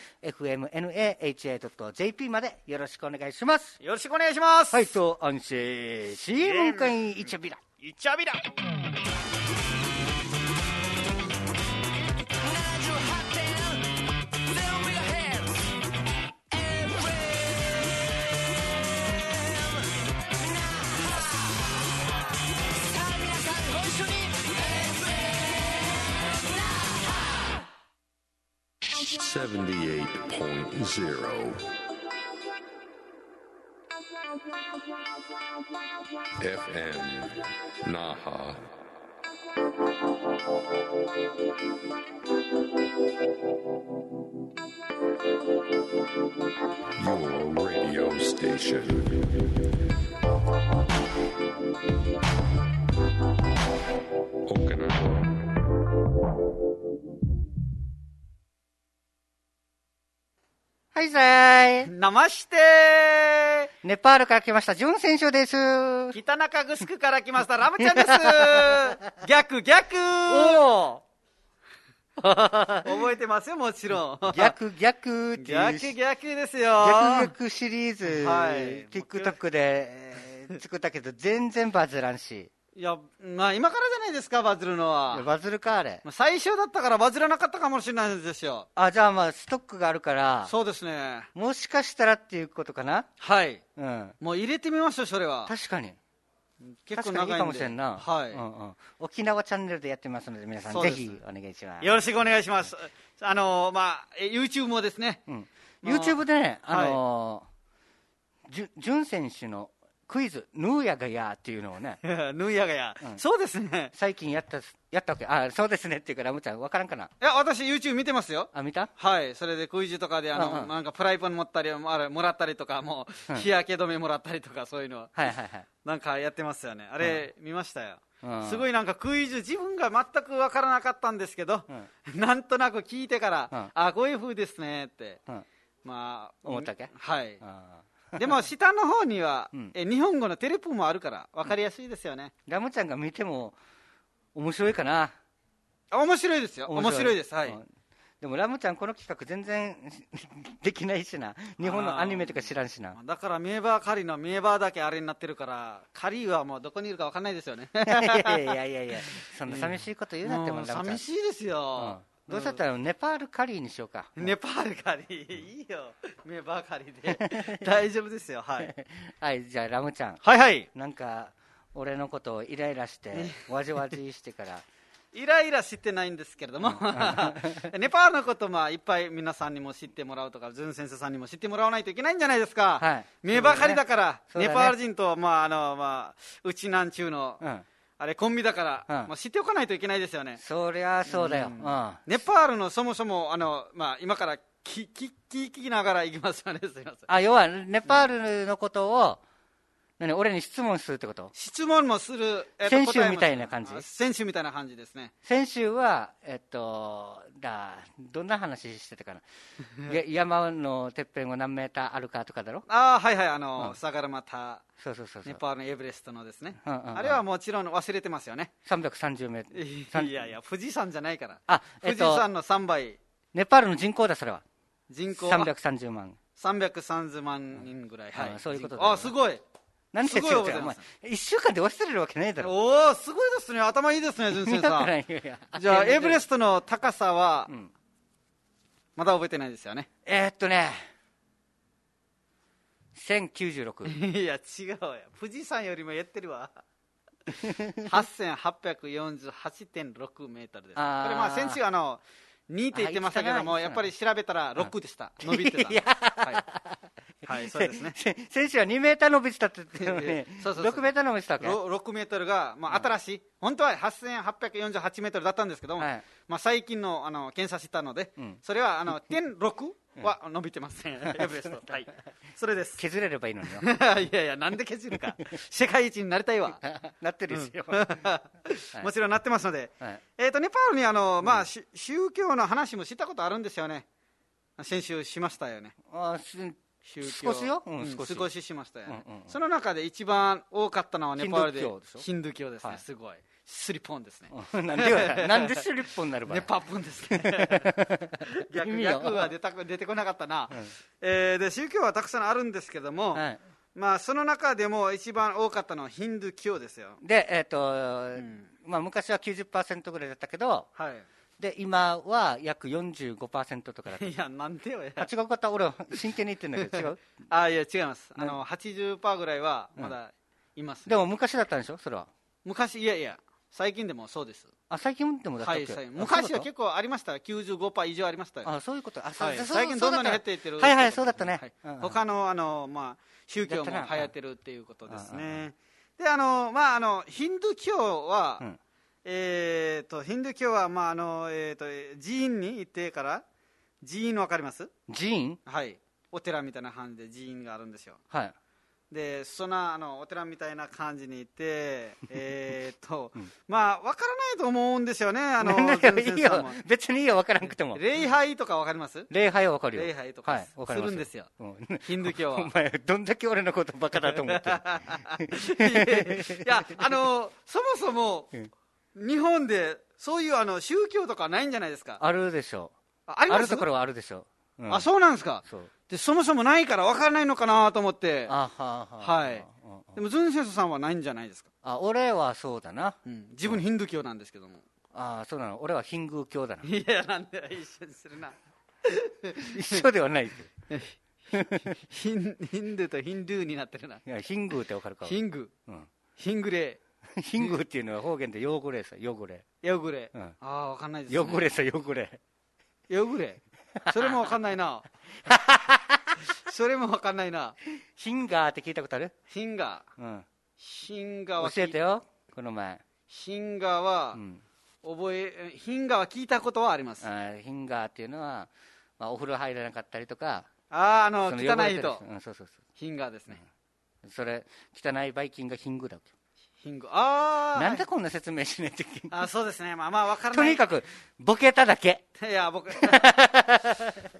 A: FMNAHA.jp までよろしくお願いします
B: よろしくお願いします。
A: はい、と、安心、CM 会一ビラ。
B: いっちゃびら。
C: 78.0 FM Naha your radio station. Okinawa.
A: はいさーい。
B: 生して
A: ネパールから来ました、ジュン選手です。
B: 北中城から来ましたラムちゃんです 逆逆
A: お
B: 覚えてますよもちろん
A: 逆逆っていう
B: 逆
A: し、
B: 逆です
A: 逆
B: よ
A: 逆シリーズ、
B: はい
A: TikTok でえー作ったけ ど、全然バズらんし。
B: いやまあ今からじゃないですかバズるの
A: いや
B: は
A: バズるか、あれ。
B: まあ最初だったからバズらなかったかもしれないですよ
A: あ、じゃあまあ、ストックがあるから、
B: そうですね
A: もしかしたらっていうことかな。
B: はい
A: うん。
B: もう入れてみましょうそれは
A: 確かに。
B: 結
A: 確
B: 構
A: かにいい
B: 長い
A: か
B: ん
A: もしれ
B: で
A: んな。
B: はい、
A: うんうん沖縄チャンネルでやってますので、皆さん
B: そう
A: ぜ
B: です
A: ひお願いします。
B: よろしくお願いします。あのまあ、え YouTube もですね、
A: うん、
B: まあ
A: YouTube でね、あのーじゅジュン選手のクイズ、ヌーヤガヤーっていうのをね、
B: ヌーヤガヤ、
A: うん
B: そうですね。
A: 最近やったやったわけ、あそうですねっていうか、ラムちゃん、わからんかない
B: や、私 YouTube 見てますよ。
A: あ、見た
B: はい、それでクイズとかで、あの、
A: うんうん
B: なんかプライパン持ったり、あれもらったりとか、もう、
A: うん
B: 日焼け止めもらったりとか、そういうのは、
A: はいはいはい。
B: なんかやってますよね。あれ、見ましたよ。
A: うん
B: すごいなんかクイズ、自分が全くわからなかったんですけど、なんとなく聞いてから、
A: うん
B: あ、こういう風ですねって、
A: うん
B: まあ、
A: 思ったっけ
B: はい。
A: あ
B: でも、下の方には、
A: うん
B: え日本語のテレポもあるから、わかりやすいですよね。
A: ーラムちゃんが見ても面白いかな。
B: あ面白いですよ面白いですはい、
A: うんでもラムちゃん、この企画全然できないしな、日本のアニメとか知らんしな、
B: だからメーバーカリのメーバーだけあれになってるからカリーはもうどこにいるか分かんないです よね
A: いやいやいやいやいや、そんな寂しいこと言うなっても
B: も
A: ん、
B: う
A: ラムちゃん
B: 寂しいですよ、
A: うんどうせだったらネパールカリーにしようか。
B: ネパールカリーい いよメーバーカリーで大丈夫ですよはい
A: はい、じゃあラムちゃん、
B: はいはい
A: なんか俺のことをイライラ して、わじわじしてから、
B: イライラしてないんですけれどもネパールのことまあいっぱい皆さんにも知ってもらうとかズン先生さんにも知ってもらわないといけないんじゃないですか、
A: はい
B: メーバーカリーだから
A: そうだね
B: ネパール人とまああのまあうちなんちゅうの、
A: うん、
B: あれコンビだから、
A: うん
B: まあ、知っておかないといけないですよね、
A: そりゃそうだよ、う
B: うんんネパールのそもそもあの、まあ、今から聞き聞きながら行きますよね、すみません。
A: あ要はネパールのことを、何俺に質問するってこと
B: 質問もする、
A: 選手
B: 答えも
A: みたいな感じ
B: あ選手みたいな感じですね、
A: 先週は、えっと、だどんな話してたかな、 や山のてっぺんを何メーターあるかとかだろ、
B: あーはいはい、あの、
A: うん
B: サガルマタ、
A: そうそうそうそ
B: ネ
A: う、
B: パールのエベレストのですね、
A: うんうんうん
B: あれはもちろん忘れてますよね、
A: 330メーター、
B: いやいや、富士山じゃないから、
A: あえっと
B: 富士山の3倍、
A: ネパールの人口だ、それは、
B: 人口は
A: 330万。
B: 330万人ぐらい、は
A: あ
B: い、
A: そういうことだね
B: あすごい、
A: 何で違う
B: すごい
A: 違うお
B: ござ
A: 前
B: いま
A: 1週間で忘れるわけないだろ
B: おお、すごいですね、頭い いですね、純先
A: 見たくな
B: 生。
A: いよいや
B: じゃあ、エベレ
A: ト、
B: ストの高さは、
A: うん
B: まだ覚えてないですよね。
A: えーっとね1096
B: いや、違うよ。富士山よりもやってるわ。8848.6メートルです。これ
A: あー
B: まあ先週あの、2って言ってましたけど
A: あ
B: も、
A: 言
B: や
A: っ
B: って
A: た
B: ぱ
A: な
B: り調べたら6でした。伸びてた。
A: いや
B: はい。はい、そ うですね。
A: せ選手は2メーター伸びてたって言ってたのに
B: そうそうそう
A: 6メーター伸びてたわけ
B: ろ6メートルが、まあ新しい。本当は8848メートルだったんですけども、
A: はい
B: まあ最近のあの、検査したので、
A: うん
B: それは あの、1.6は伸びてません。エベレスト。はい。それです。
A: 削れればいいのによ
B: いやいや、なんで削るか。世界一になりたいわ。
A: なってるですよ、
B: もちろんなってますので、
A: はい
B: えー、とネパールにあの、まあし宗教の話もしたことあるんですよね、先週しましたよね、
A: あーす
B: 宗
A: 少
B: 教
A: しようん
B: うん
A: 少
B: 少
A: し
B: ししましたよね、
A: うんうんうん
B: その中で一番多かったのはネパールで、
A: ヒンドゥー教でしょ
B: ヒンドゥー教ですね、
A: はい
B: すごい、スリポンですね、
A: うん なんでよなんでシュリッポになるば
B: ネパポンですね、
A: 意
B: 逆
A: 味よ
B: 逆は出た出てこなかったな、えーで、宗教はたくさんあるんですけども、
A: はい
B: まあ、その中でも一番多かったのはヒンドゥー教ですよ。
A: でえーっと、
B: ん
A: まあ、昔は90%ぐらいだったけど
B: はい
A: で今は約45%とかだ った
B: いや、なんでよ、いや
A: あ違う方俺真剣に言ってんだけど違う
B: あいや違います、あの80%ぐらいはまだいます、ね
A: でも昔だったんでしょそれは
B: 昔、いやいや、最近でもそうです、
A: あ最近でもだったっ
B: は
A: け、
B: い、最
A: あ
B: 近昔は
A: そうだっ
B: 結構ありました、95%以上ありましたよ
A: た、あそういうことあ、そう
B: はい、
A: そう
B: 最近、どん
A: そ
B: どん
A: うだ
B: 減
A: た
B: っていってる
A: はいはいそうだったね、
B: はい
A: うんうん
B: 他のあの、まあ、宗教も流
A: やったな
B: 行ってるっていうことですね。であのまあ、あのヒンドゥー教は、
A: うん
B: ええー、とヒンドゥー教は、まああのえー、と寺院に行ってから寺院わかります
A: 寺院
B: はいお寺みたいな感じで寺院があるんですよ
A: はい。
B: でそんなあのお寺みたいな感じに行 って、えーとまあ、わからないと思うんですよね、あの
A: いいよ。別にいいよ、わからなくても。
B: 礼拝とかわかります
A: 礼拝はわかるよ。
B: 礼拝とか
A: はい、わかります
B: るんですよ
A: うん
B: ヒンドゥー教は
A: お前、どんだけ俺のことバカだと思 ってる。
B: いやいや、あのそもそも
A: うん
B: 日本でそういうあの宗教とかないんじゃないですか、
A: あるでしょ。
B: ああり
A: あ
B: ま
A: る
B: す
A: ところはあるでしょ。うん
B: あそうなんですか
A: そう。
B: で、そもそもないから分からないのかなと思って、
A: あはあはあ
B: はい
A: うんうん
B: でもズンセンソさんはないんじゃないですか、
A: あ、俺はそうだな。
B: 自分、ヒンドゥー教なんですけども。。
A: あそうなの。俺はヒングー教だな
B: いや、なんで一緒にするな、
A: 一緒ではないよ。
B: ヒンヒンドゥーとヒンドゥーになってるな、
A: いや、ヒングーってわかるか。
B: ヒング、
A: うん
B: ヒングレ
A: ヒングーっていうのは方言で汚れさ、汚れ。
B: ー、ヨグレー、
A: うん
B: ああ、分かんないです、ね、
A: 汚れさ、汚れ。
B: ヨグレー、それも分かんな いな、それも分かんないな、
A: ヒンガーって聞いたことある
B: ヒンガー、
A: うん。
B: ヒンガーは
A: 教
B: 聞い
A: えてよ、この前。
B: ヒンガーは
A: うん。
B: 覚え、ヒンガーは聞いたことはあります、
A: あーヒンガーっていうのは、まあ、お風呂入らなかったりとか、
B: ああ、あの
A: その
B: 汚い
A: 汚れてる
B: 人、
A: うん、そうそうそ
B: ヒンガーですね、
A: う。それ、汚いバイキンがヒングーだわけ
B: ヒング、ああ、
A: なんでこんな説明しないといけない
B: あそうですね、まあまあ分から
A: と
B: ない
A: にかく、ボケただけ。
B: いや、 僕、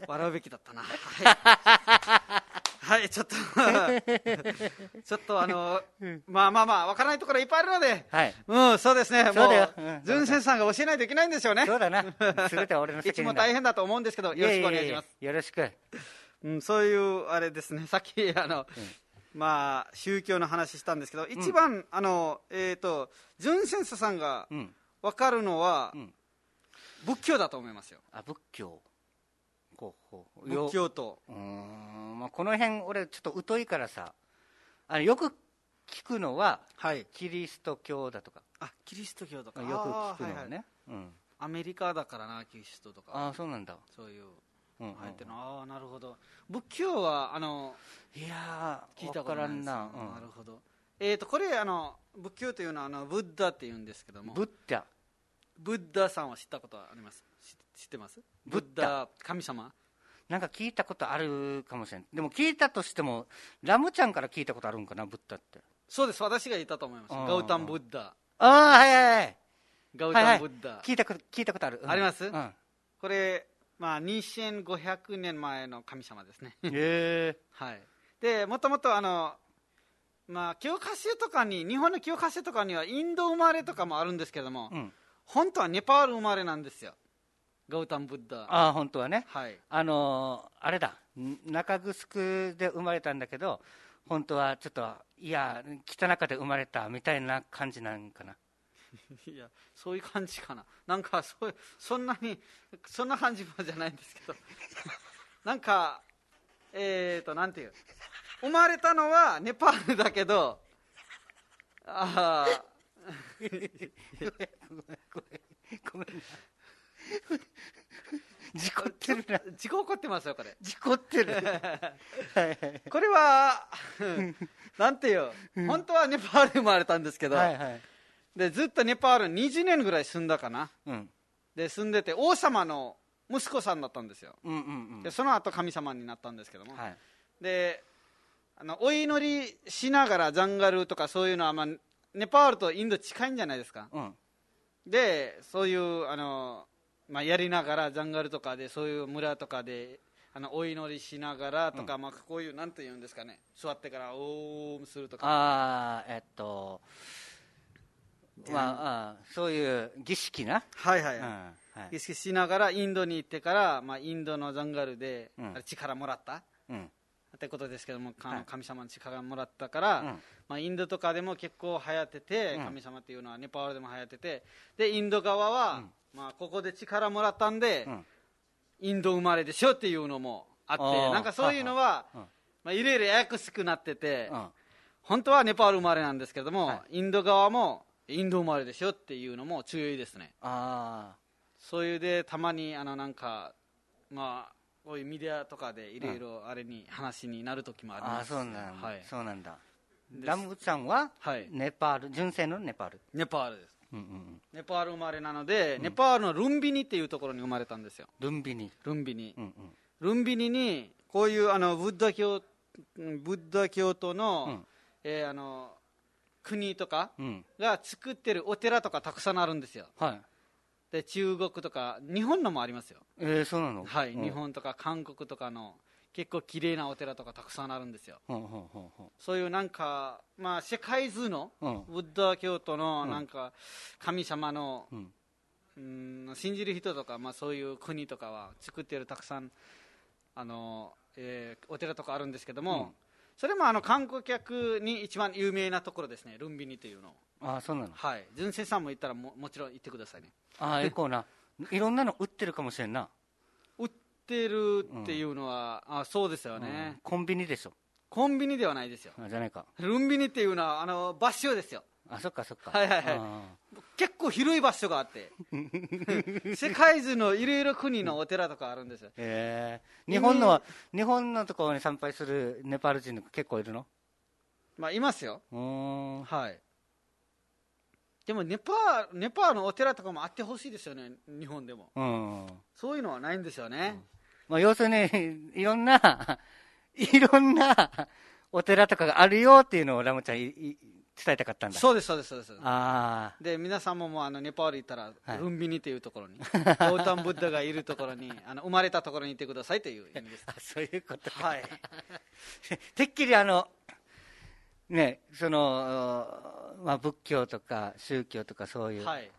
B: 笑うべきだったな。はい、はい、 ちょっと、ちょっとあの、まあまあまあ、わからないところいっぱいあるので、
A: はい。
B: うん、そうですね、
A: そう
B: も
A: だようん
B: う、ズンセンさんが教えないといけないんですよね。
A: そうだな。すべては俺の
B: い
A: 責
B: つ
A: 任
B: も
A: だ。
B: 大変だと思うんですけど、よろしくお願いしま
A: や
B: す。
A: ややよろしく。
B: うん、そういう、あれですね、さっき、あの、まあ、宗教の話したんですけど、一番、あの、えっ、と、ズンセンさんが
A: うん。
B: わかるのは、
A: うん
B: 仏教だと思いますよ。
A: あ、仏教。こうこう。
B: 仏教と。
A: うーんまあ、この辺俺ちょっと疎いからさあのよく聞くのは
B: はい。
A: キリスト教だとか
B: あキリスト教とか
A: よく聞くの
B: あ
A: は
B: ーいい
A: ねうん
B: アメリカだからなキリストとか
A: ああそうなんだ、
B: そういう
A: うんうん
B: あえてのああなるほど仏教はあの
A: いやー
B: 聞いた
A: わ
B: こ
A: か
B: と
A: ら
B: ないで
A: ん
B: す
A: な、
B: なるほどえっ、とこれあの仏教というのはあのブッダっていうんですけど
A: うん、
B: も
A: ブッダ
B: ブッダさんは知ったことはあります知知ってます
A: ブ
B: ブ
A: ッ
B: ッ
A: ダ
B: ダ神様
A: なんか聞いたことあるかもしれんでも聞いたとしてもラムちゃんから聞いたことあるんかなブッダって
B: そうです私が言ったと思います
A: あー
B: ガウタンブッダ
A: ああはいはいはい
B: ガウ
A: はいは
B: タ
A: い
B: ンブッダ、
A: 聞いたこと聞いたことある、うん
B: あります
A: うん、 へ
B: これまあ2500年前の神様ですね
A: え
B: はい、でもともとあの、まあ、教科書とかに日本の教科書とかにはインド生まれとかもあるんですけども、
A: うん、
B: 本当はネパール生まれなんですよガウタン・ブッダ
A: ああ本当はね
B: はい
A: あのーあれだ、ん中城で生まれたんだけど、本当はちょっと、いや、北中で生まれたみたいな感じなん かな。
B: いやそういう感じかななんかそうそんなにそんな感じもじゃないんですけど なんかえっ、ー、となんていう生まれたのはネパールだけどああ
A: ごめんな。事故ってる な。
B: 事故起こってますよこれ
A: 事故ってる。はい
B: これは、なんてよ、本当はネパール生まれたんですけど、
A: はいはい。
B: でずっとネパール20年ぐらい住んだかな、
A: うん。
B: で住んでて、王様の息子さんだったんですよ、
A: うんうん
B: でその後神様になったんですけど
A: う
B: も、
A: ん。はい。
B: であのお祈りしながらジャンガルとかそういうのは、まあ、ネパールとインド近いんじゃないですか、
A: うん。
B: でそういうあの、まあ、やりながらジャンガルとかで、そういう村とかで。あのお祈りしながらとか、まあ、こういうなんて言うんですかね座ってからおームするとか
A: あー、えっと、まあ、あーそういう儀式な。
B: はいは
A: う
B: い、
A: ん。
B: は
A: はい
B: い、意識しながらインドに行ってから、まあ、インドのジャンガルで、
A: うん
B: あれ力もらった
A: うん。
B: ってことですけども、あ
A: はい
B: の神様の力もらったから、
A: うん
B: まあ、インドとかでも結構流行ってて、
A: うん
B: 神様っていうのはネパールでも流行っててでインド側は、まあ、ここで力もらったんで、
A: うん
B: インド生まれでしょっていうのもあって
A: あー
B: なんかそういうのは
A: はいはいうん
B: まあ、いろいろややこしくなってて、
A: うん。
B: 本当はネパール生まれなんですけども、
A: は
B: インド側もインド生まれでしょっていうのも注意ですね。
A: あ
B: そういうでたまにあのなんかまあこういうメディアとかでいろいろあれに話になる時
A: ー、
B: もあり
A: あ
B: ま
A: ー、
B: す、
A: そうなんだ
B: はい。
A: そうなんだ。
B: です
A: ラムちゃんは
B: はい
A: ネパール、純正のネパール。
B: ネパールです
A: うんうん、
B: ネパール生まれなので、ネパールのルンビニっていうところに生まれたんですよ
A: ルンビニ、
B: ルンビニ、
A: うんうん、
B: ルンビニにこういうあのブッダ教うんブッダ教徒の,、
A: うん
B: えーあの国とか
A: うん、
B: が作ってるお寺とかたくさんあるんですよ
A: はい、
B: で中国とか日本のもありますよ
A: えー、そうなの
B: はい、
A: うん
B: 日本とか韓国とかの結構綺麗なお寺とかたくさんあるんですよ
A: ほんほんほんほん
B: そういうなんか、まあ、世界中の
A: うん
B: ブッダ教徒の
A: うん
B: なんか神様の、
A: うん
B: うん信じる人とか、まあ、そういう国とかは作ってるたくさんあの、えーお寺とかあるんですけども、
A: うん
B: それもあの観光客に一番有名なところですねルンビニというの
A: ああ、そうなの
B: はい純正さんも行ったらももちろん行ってくださいね
A: ああ、ええこうな、いろんなの売ってるかもしれんな、
B: 売ってるっていうのは、あそうですよね、
A: うんコンビニでしょ、
B: コンビニではないですよ
A: あじゃないか、
B: ルンビニっていうのはあの場所ですよ
A: あそっかそっか、
B: はいはいはい
A: あ
B: 結構広い場所があって 世界中のいろいろ国のお寺とかあるんですよ
A: ーえー、日本のは、日本のところに参拝するネパール人結構いるの
B: まあいますよ
A: うーん、
B: はいでもネパールネパールのお寺とかもあってほしいですよね日本でも
A: うん、
B: そういうのはないんですよね、
A: まあ、要するに、 いろんな、いろんなお寺とかがあるよっていうのをラムちゃんいい伝えたかったんだ。
B: そうですそうですそうです
A: あ
B: で皆さんももうあのネパール行ったら、
A: はい
B: ルンビニというところ にゴータンブッダがいるところにあの生まれたところに行ってくださいという意味です
A: あ、そういうことか。
B: はい
A: てっきりあの、ね、その、まあ、仏教とか宗教とかそういう、
B: はい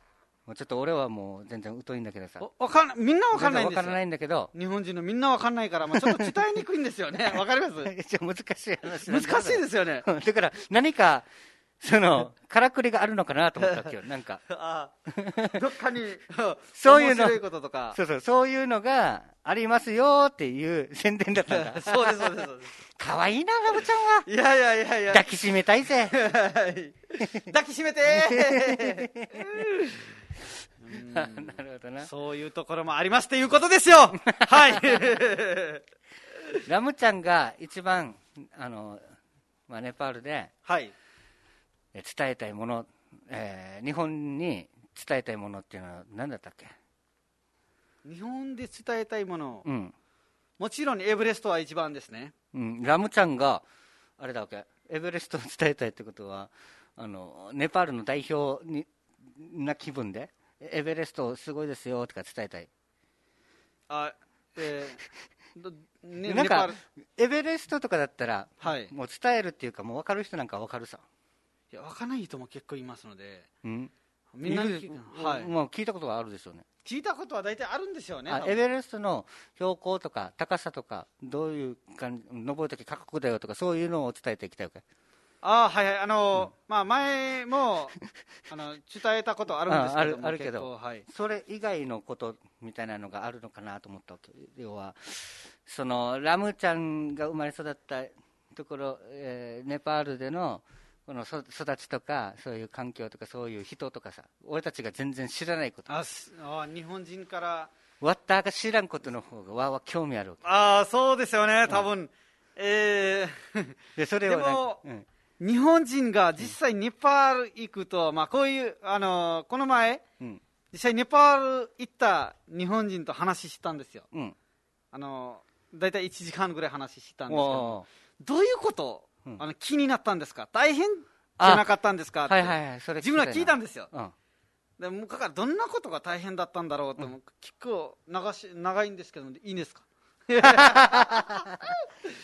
A: もうちょっと俺はもう全然疎いんだけどさ、
B: おわかんみんなわかんないん
A: 全然わ
B: です
A: か
B: よ
A: らないんだけど、
B: 日本人のみんなわかんないから、まあ、ちょっと伝えにくいんですよ ね、わかります
A: 一応難しい話。
B: 難しいですすよね。
A: うん だから、何か、その、からくりがあるのかなと思ったわけよ、なんか。
B: ああどっか に
A: そういうの
B: 面白いこととか、。
A: そうそう、そういうのがありますよっていう宣伝だったんだ
B: そうです、そうです、そうです。
A: かわいいな、ラブちゃん
B: いやいやいやい
A: が。
B: や、
A: 抱きしめたいぜ。
B: はい 抱きしめて
A: なるほどな。
B: そういうところもありますっていうことですよ、はい、
A: ラムちゃんが一番、あの、まあ、ネパールで
B: はい、
A: え伝えたいもの、えー日本に伝えたいものっていうのは何だったっけ
B: 日本で伝えたいもの、
A: うん。
B: もちろんエブレストは一番ですね、
A: うん、ラムちゃんが、あれだわけ、エベレストを伝えたいってことは、あのネパールの代表にな気分で、エベレストすごいですよとか伝えたい。
B: あえーどね
A: なん
B: ネパー
A: か
B: ル、
A: エベレストとかだったら、
B: はい、
A: もう伝えるっていうか、もう分かる人なんか分かるさ。
B: いや分かんない人も結構いますので、
A: うん、
B: みんなに
A: い
B: 聞
A: る
B: く、はい、
A: もう聞いたことがあるでしょうね。
B: 聞いたことは大体あるんですよね、
A: あ
B: 多分
A: エベレストの標高とか高さとか、どういう感じ、登るとき過酷だよとか、そういうのを伝えていきたいわけ。
B: あーはいはい、あのーまあ、前も あの伝えたことあるんですけども
A: ああるあるけど
B: 結構はい、
A: それ以外のことみたいなのがあるのかなと思ったわけ要はそのラムちゃんが生まれ育ったところ、えーネパールでのこのそ育ちとかそういう環境とかそういう人とかさ俺たちが全然知らないこと
B: あすあー日本人から、
A: ワッターが知らんことの方がわーわー興味あるわけ
B: あーそうですよね、多分、え
A: でそれをなんか
B: で
A: うん
B: ー 日本人が実際、ネパール行くと、まあ、こういう、あのーこの前、
A: うん
B: 実際、ネパール行った日本人と話したんですよ、
A: うん
B: あのー大体1時間ぐらい話したんですけど、
A: おー
B: どういうこと、
A: うん
B: あの気になったんですか、大変じゃなかったんですかって、
A: はいはいはいそれ
B: 自分は聞いたんですよ。
A: うん
B: でもうだからどんなことが大変だったんだろうともう結構長し長いんですけどいいですか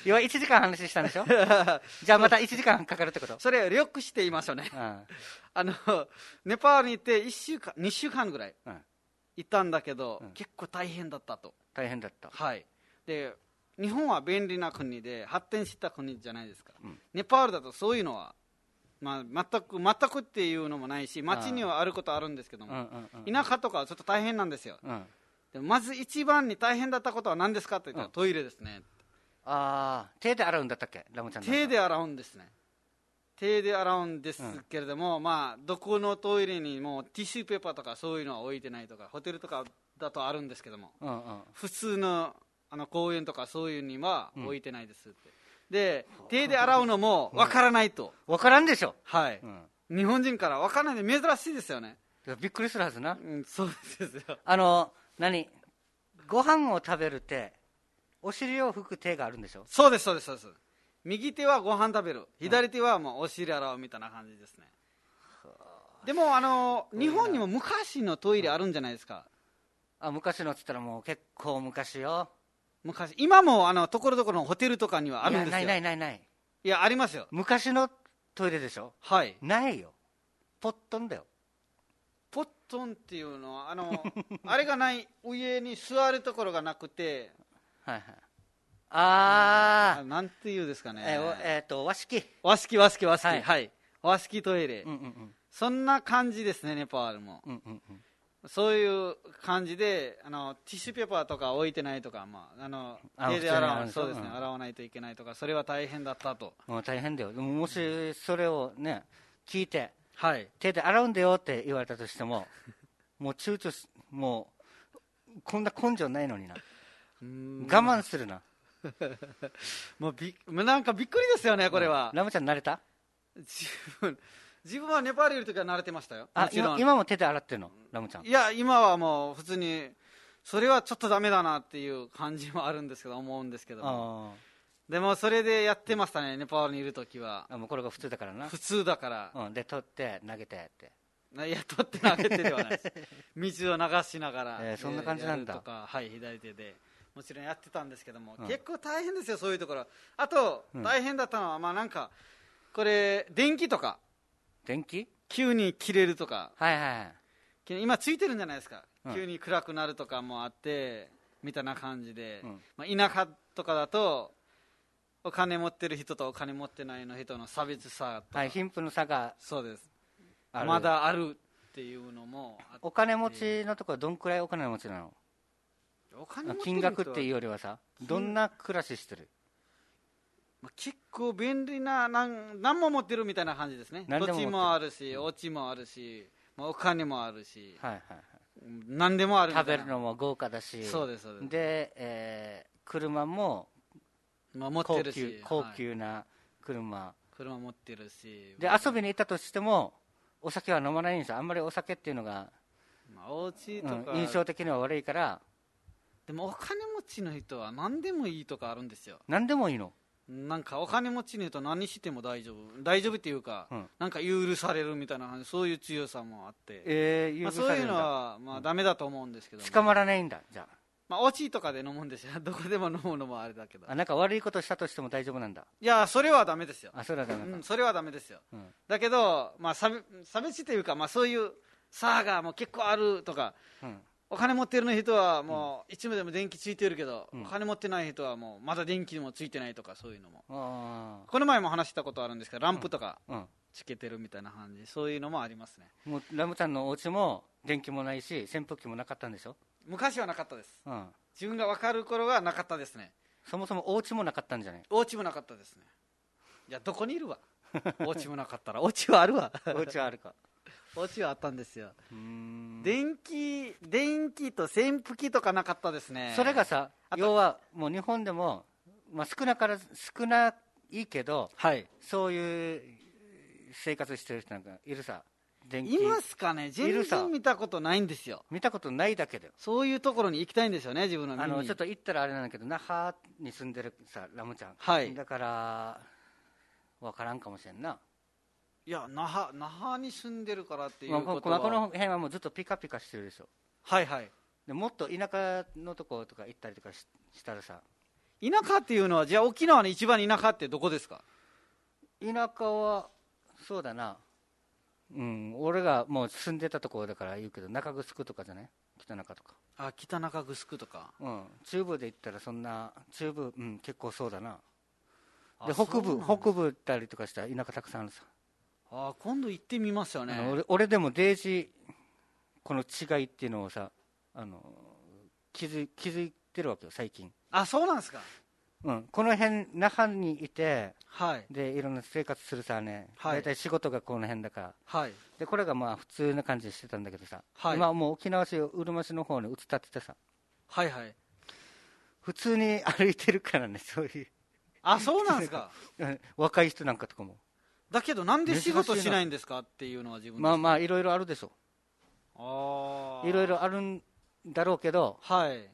A: 要は1時間話したんで しょじゃあまた1時間かかるってこと
B: それ略して言いましょうね
A: うん
B: あのネパールに行って1週間2週間ぐらい
A: うん
B: 行ったんだけど、
A: うん
B: 結構大変だったと
A: 大変だった
B: はいで日本は便利な国で発展した国じゃないですか、
A: うん
B: ネパールだとそういうのは、まあ、全く全くっていうのもないし街にはあることあるんですけど
A: うんう
B: も、
A: んうん
B: 田舎とかはちょっと大変なんですよ
A: うん
B: でまず一番に大変だったことは何ですかって言ったら、
A: うん
B: トイレですね
A: ああ、手で洗うんだったっけ、ラムちゃんの
B: 手で洗うんですね手で洗うんですけれども、まあどこのトイレにもティッシュペーパーとかそういうのは置いてないとかホテルとかだとあるんですけども
A: うんうん、
B: 普通のあの公園とかそういうには置いてないですって、で手で洗うのもわからないと、
A: 分からんでしょ、
B: はい、
A: うん
B: 日本人からわからないで珍しいですよね
A: らびっくりするはずな
B: うん、そうですよ。
A: あの何ご飯を食べる手お尻を拭く手があるんでしょ
B: そうです、そうです、そうです。右手はご飯食べる、左手はもうお尻洗うみたいな感じですね。でも、あの、日本にも昔のトイレあるんじゃないですか。
A: あ昔のっつったらもう結構昔よ
B: 昔、今も、あの、ところどころのホテルとかにはあるんですよ。
A: いやないないないない
B: いやありますよ。
A: 昔のトイレでしょ
B: はい。
A: ないよポットンだよ
B: ポットンっていうのは、あの、 あれがない、上に座るところがなくて、
A: はいはいあ
B: あなんていうんですか
A: あ
B: ね。
A: えーおえーと和式
B: 和式和式和式、
A: は
B: はいい、和式トイレ、
A: うんうんうん
B: そんな感じですね、ネパールも。
A: うんうんうん
B: そういう感じで、あのティッシュペーパーとか置いてないとか、まあ、あの
A: あ
B: 手で
A: 普通に
B: 洗
A: 洗う
B: わそうですね、
A: うん
B: 洗わないといけないとか、それは大変だったと。
A: もう大変だよでももしそれをね聞いて
B: はい。
A: 手で洗うんだよって言われたとしてももう躊躇しもうこんな根性ないのにな我慢するな
B: もうびもうなんかびっくりですよね、これは。
A: ラムちゃん慣れた
B: 自分自分はネパールいる時は慣れてましたよ。も
A: あ
B: ちろ
A: 今
B: ん。
A: 今も手で洗ってるのラムちゃん
B: いや、今はもう普通に、それはちょっとダメだなっていう感じもあるんですけど、思うんですけども。
A: あ
B: でもそれでやってましたね、ネパールにいる時は
A: ー。あもうこれが普通だからな
B: 普通だから。
A: うん、で取って投げてって
B: いや、取って投げてではないです。水を流しなが ら、
A: えーそんな感じなんだ
B: やるとか、はい、左手で、もちろんやってたんですけども、
A: うん
B: 結構大変ですよ、そういうところ。あと、
A: うん
B: 大変だったのは、まあなんか、これ、電気とか、
A: 電気
B: 急に切れるとか、
A: はいはいはい
B: き今ついてるんじゃないですか、
A: うん
B: 急に暗くなるとかもあって、みたいな感じで、
A: うん
B: まあ、田舎とかだと、お金持ってる人とお金持ってないの人の差別さとか、
A: はい貧富の差が
B: そうです、
A: ある
B: まだあるっていうのもあって
A: お金持ちのとこはどんくらいお金持ちなの
B: お金持って
A: 金額っていう
B: う、
A: よりはさどんな暮らししてる
B: まあ、結構便利ななん何も持ってるみたいな感じですね
A: 何でも持って
B: 土地
A: る
B: もあるしお家もあるし、まあ、お金もあるし、
A: はいはいはい
B: 何でもあるみたい
A: 食
B: な
A: べるのも豪華だし
B: そうですそうです
A: で、えー車も
B: まあ、持って
A: 高
B: る
A: 級
B: し
A: 高
B: はい
A: 級な車、
B: 車持ってるし
A: で遊びに行ったとしてもお酒は飲まないんですよあんまりお酒っていうのが、
B: まあ、お家
A: う
B: と
A: ん
B: か、
A: 印象的には悪いから
B: でもお金持ちの人は何でもいいとかあるんですよ
A: 何でもいいの
B: なんかお金持ちの人何しても大丈夫大丈夫っていうか、
A: うん
B: なんか許されるみたいな感じそういう強さもあって、
A: ええ
B: まあ、そういうのはまあダメだと思うんですけども
A: 捕まらないんだじゃ
B: まあ、おちとかで飲むんですよ、 どこでも飲むのもあれだけど
A: あ、あなんか悪いことしたとしても大丈夫なんだ
B: いや、それはダメですよ、
A: あそれはダメ
B: う
A: か
B: ん、それはダメですよ、
A: うん
B: だけど、まあ、差別差別というか、まあ、そういう差がもう結構あるとか、
A: うん
B: お金持ってる人はもう、いつまでも電気ついてるけど、
A: うん
B: お金持ってない人はもう、まだ電気もついてないとか、そういうのも、
A: あ
B: この前も話したことあるんですけど、ランプとか
A: あうん
B: つけてるみたいな感じ、そういうのもありますね、
A: もうラムちゃんのお家も電気もないし扇風機もなかったんでしょ、
B: 昔はなかったです、
A: うん、
B: 自分が分かる頃はなかったですね。
A: そもそもお家もなかったん じゃない
B: お家もなかったですねいやどこにいる わお家もなかったらお家はあるわ
A: お家はあるか
B: お家はあったんですよ、
A: うーん
B: 電気電気と扇風機とかなかったですね
A: それがさ
B: あと
A: 要はもう日本でも、まあ、少なからず少ないけど
B: はい
A: そういう生活してる人なんかいるさ電気
B: いますかね
A: いる
B: 全
A: さ
B: 然見たことないんですよ
A: 見たことないだけだよ
B: そういうところに行きたいんですよね自分の
A: あの
B: 耳に
A: ちょっと行ったらあれなんだけど那覇に住んでるさラムちゃん、
B: はい
A: だから分からんかもしれんな、
B: いや那覇那覇に住んでるからっていう
A: まあ、
B: こ
A: ことま
B: は、
A: あこの辺はもうずっとピカピカしてるでしょ
B: はいはい
A: でもっと田舎のとことか行ったりとかししたらさ
B: 田舎っていうのはじゃあ沖縄の一番田舎ってどこですか
A: 田舎はそうだなうん俺がもう住んでたところだから言うけど中城とかじゃない北中とか
B: あ北中城とか
A: うん中部で行ったらそんな中部うん結構そうだな
B: あ
A: で北
B: そう
A: 部
B: なんだ
A: 北部行ったりとかしたら田舎たくさんあるさ、
B: あ今度行ってみますよね
A: あの俺俺でもデイジーこの違いっていうのをさあの気づ気づいてるわけよ最近
B: あそうなんですか
A: うんこの辺那覇にいて
B: はい
A: でいろんな生活するさね、
B: はい
A: 大体仕事がこの辺だから
B: はい
A: でこれがまあ普通な感じしてたんだけどさ、
B: はい
A: 今はもう沖縄市うるま市の方に移ったっててさ
B: はいはい
A: 普通に歩いてるからねそういう
B: あそうなんですか
A: うん若い人なんかとかも
B: だけどなんで仕事しないんですかっていうのは自分で
A: まあまあいろいろあるでしょ
B: あー
A: いろいろあるんだろうけど、
B: はい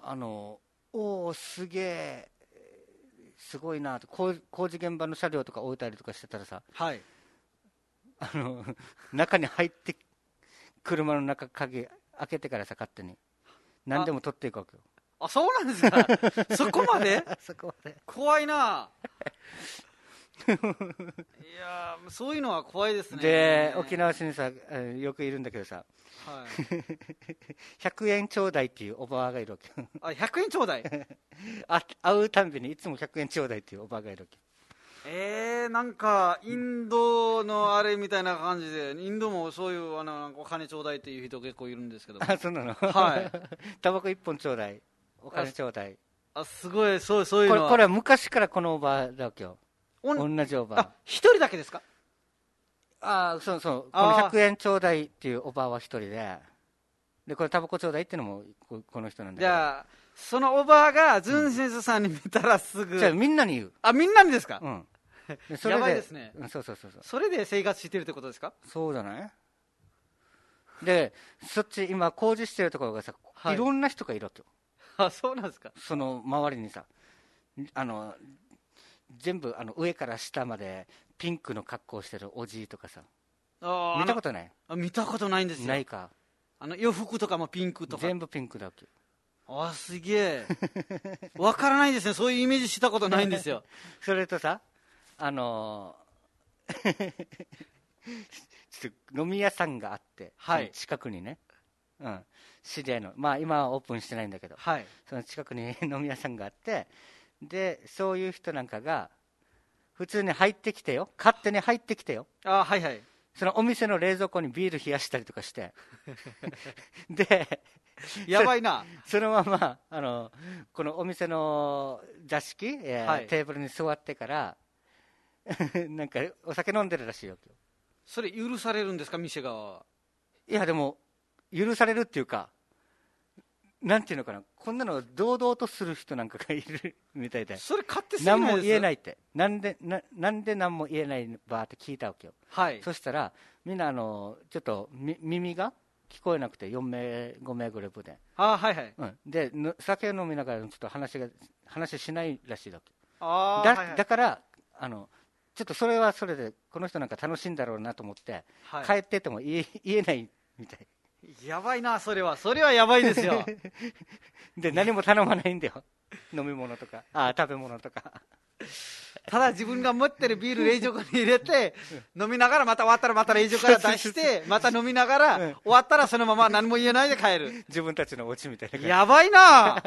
A: あのおお、すげえ、すごいなと工工事現場の車両とか置いたりとかしてたらさ、
B: はい
A: あの 中に入って、車の中、鍵開けてからさ、勝手に、何でも取っていくわけよ。
B: あそうなんで すかそこまで
A: そこまで
B: 怖 いないやーそういうのは怖いですね
A: で、沖縄市にさ、えーよくいるんだけどさ、
B: はい、
A: 100円ちょうだいっていうおばあがいるわけ よ。
B: あ100円ちょうだい
A: あ会うたんびにいつも100円ちょうだいっていうおばあがいるわけ
B: えー、なんかインドのあれみたいな感じでインドもそういうあのなんかお金ちょうだいっていう人結構いるんですけども
A: あそうなの
B: はい
A: タバコ1本ちょうだいお菓子ちょうだい
B: あすごいそうそういう
A: こ
B: の
A: れ
B: は
A: これは昔からこのおばあだわけよ
B: おん
A: 同じおば
B: あ
A: あ
B: 一人だけですか
A: あそうそうこの
B: あー
A: 100円ちょうだいっていうおばあは一人ででこれタバコちょうだいっていうのもここの人なんだけ
B: じ
A: ど
B: ゃあそのおばあがズン先生さんに見たらすぐ、
A: じゃあみんなに言う
B: あみんなにです か、
A: うんで
B: やばいですね
A: うんそうそうそうそう
B: それで生活してるってことですか
A: そうじゃないでそっち今工事してるところがさ、
B: はい
A: い、ろんな人がいるわけよ
B: あそうなんですか
A: その周りにさ、あの全部あの上から下までピンクの格好してるおじいとかさ、
B: あー
A: 見たこととない
B: あ見たことないんですよ
A: ないか、
B: あの洋服とかもピンクとか
A: 全部ピンクだっけ。
B: あすげえ わからないですねそういうイメージしたことないんです よ
A: それとさ、あの ーちょっと飲み屋さんがあって、
B: は
A: そ
B: い
A: の近くにね、うん、知り合いの、まあ今はオープンしてないんだけど、
B: はい
A: その近くに 飲み屋さんがあって、で、そういう人なんかが、普通に入ってきてよ、勝手に入ってきてよ。
B: あはいはい
A: そのお店の冷蔵庫にビール冷やしたりとか して、で、
B: やばいな
A: そのまま、あの、このお店の座敷、えー
B: はい
A: テーブルに座ってから、 なんかお酒飲んでるらしいよ。今
B: それ許されるんですか店側は
A: 日いや、でも、許されるっていうか、なんていうのかな、こんなの堂々とする人なんかがいるみたいで、
B: それ勝手すぎない
A: 何
B: です
A: も言えないいって、なんで、ななんで何も言えないばーって聞いたわけよ。
B: はい
A: そしたら、みんなあのちょっとみ耳が聞こえなくて、4名、5名グループで、
B: あはいはい
A: うん、でぬ酒を飲みながら、ちょっと話が話しないらしいだけ
B: あ
A: だ,、
B: はいはい
A: だからあの、ちょっとそれはそれで、この人なんか楽しいんだろうなと思って、
B: はい
A: 帰ってても言え言えないみたい
B: やばいなそれはそれはやばいです よ
A: で、何も頼まないんだよ、飲み物とか、あ食べ物とか、
B: ただ自分が持ってるビール冷蔵庫に入れて飲みながらまた終わったらまた冷蔵庫から出してまた飲みながら終わったらそのまま何も言えないで帰る
A: 自分たちのお家みたいな感じ
B: やばいな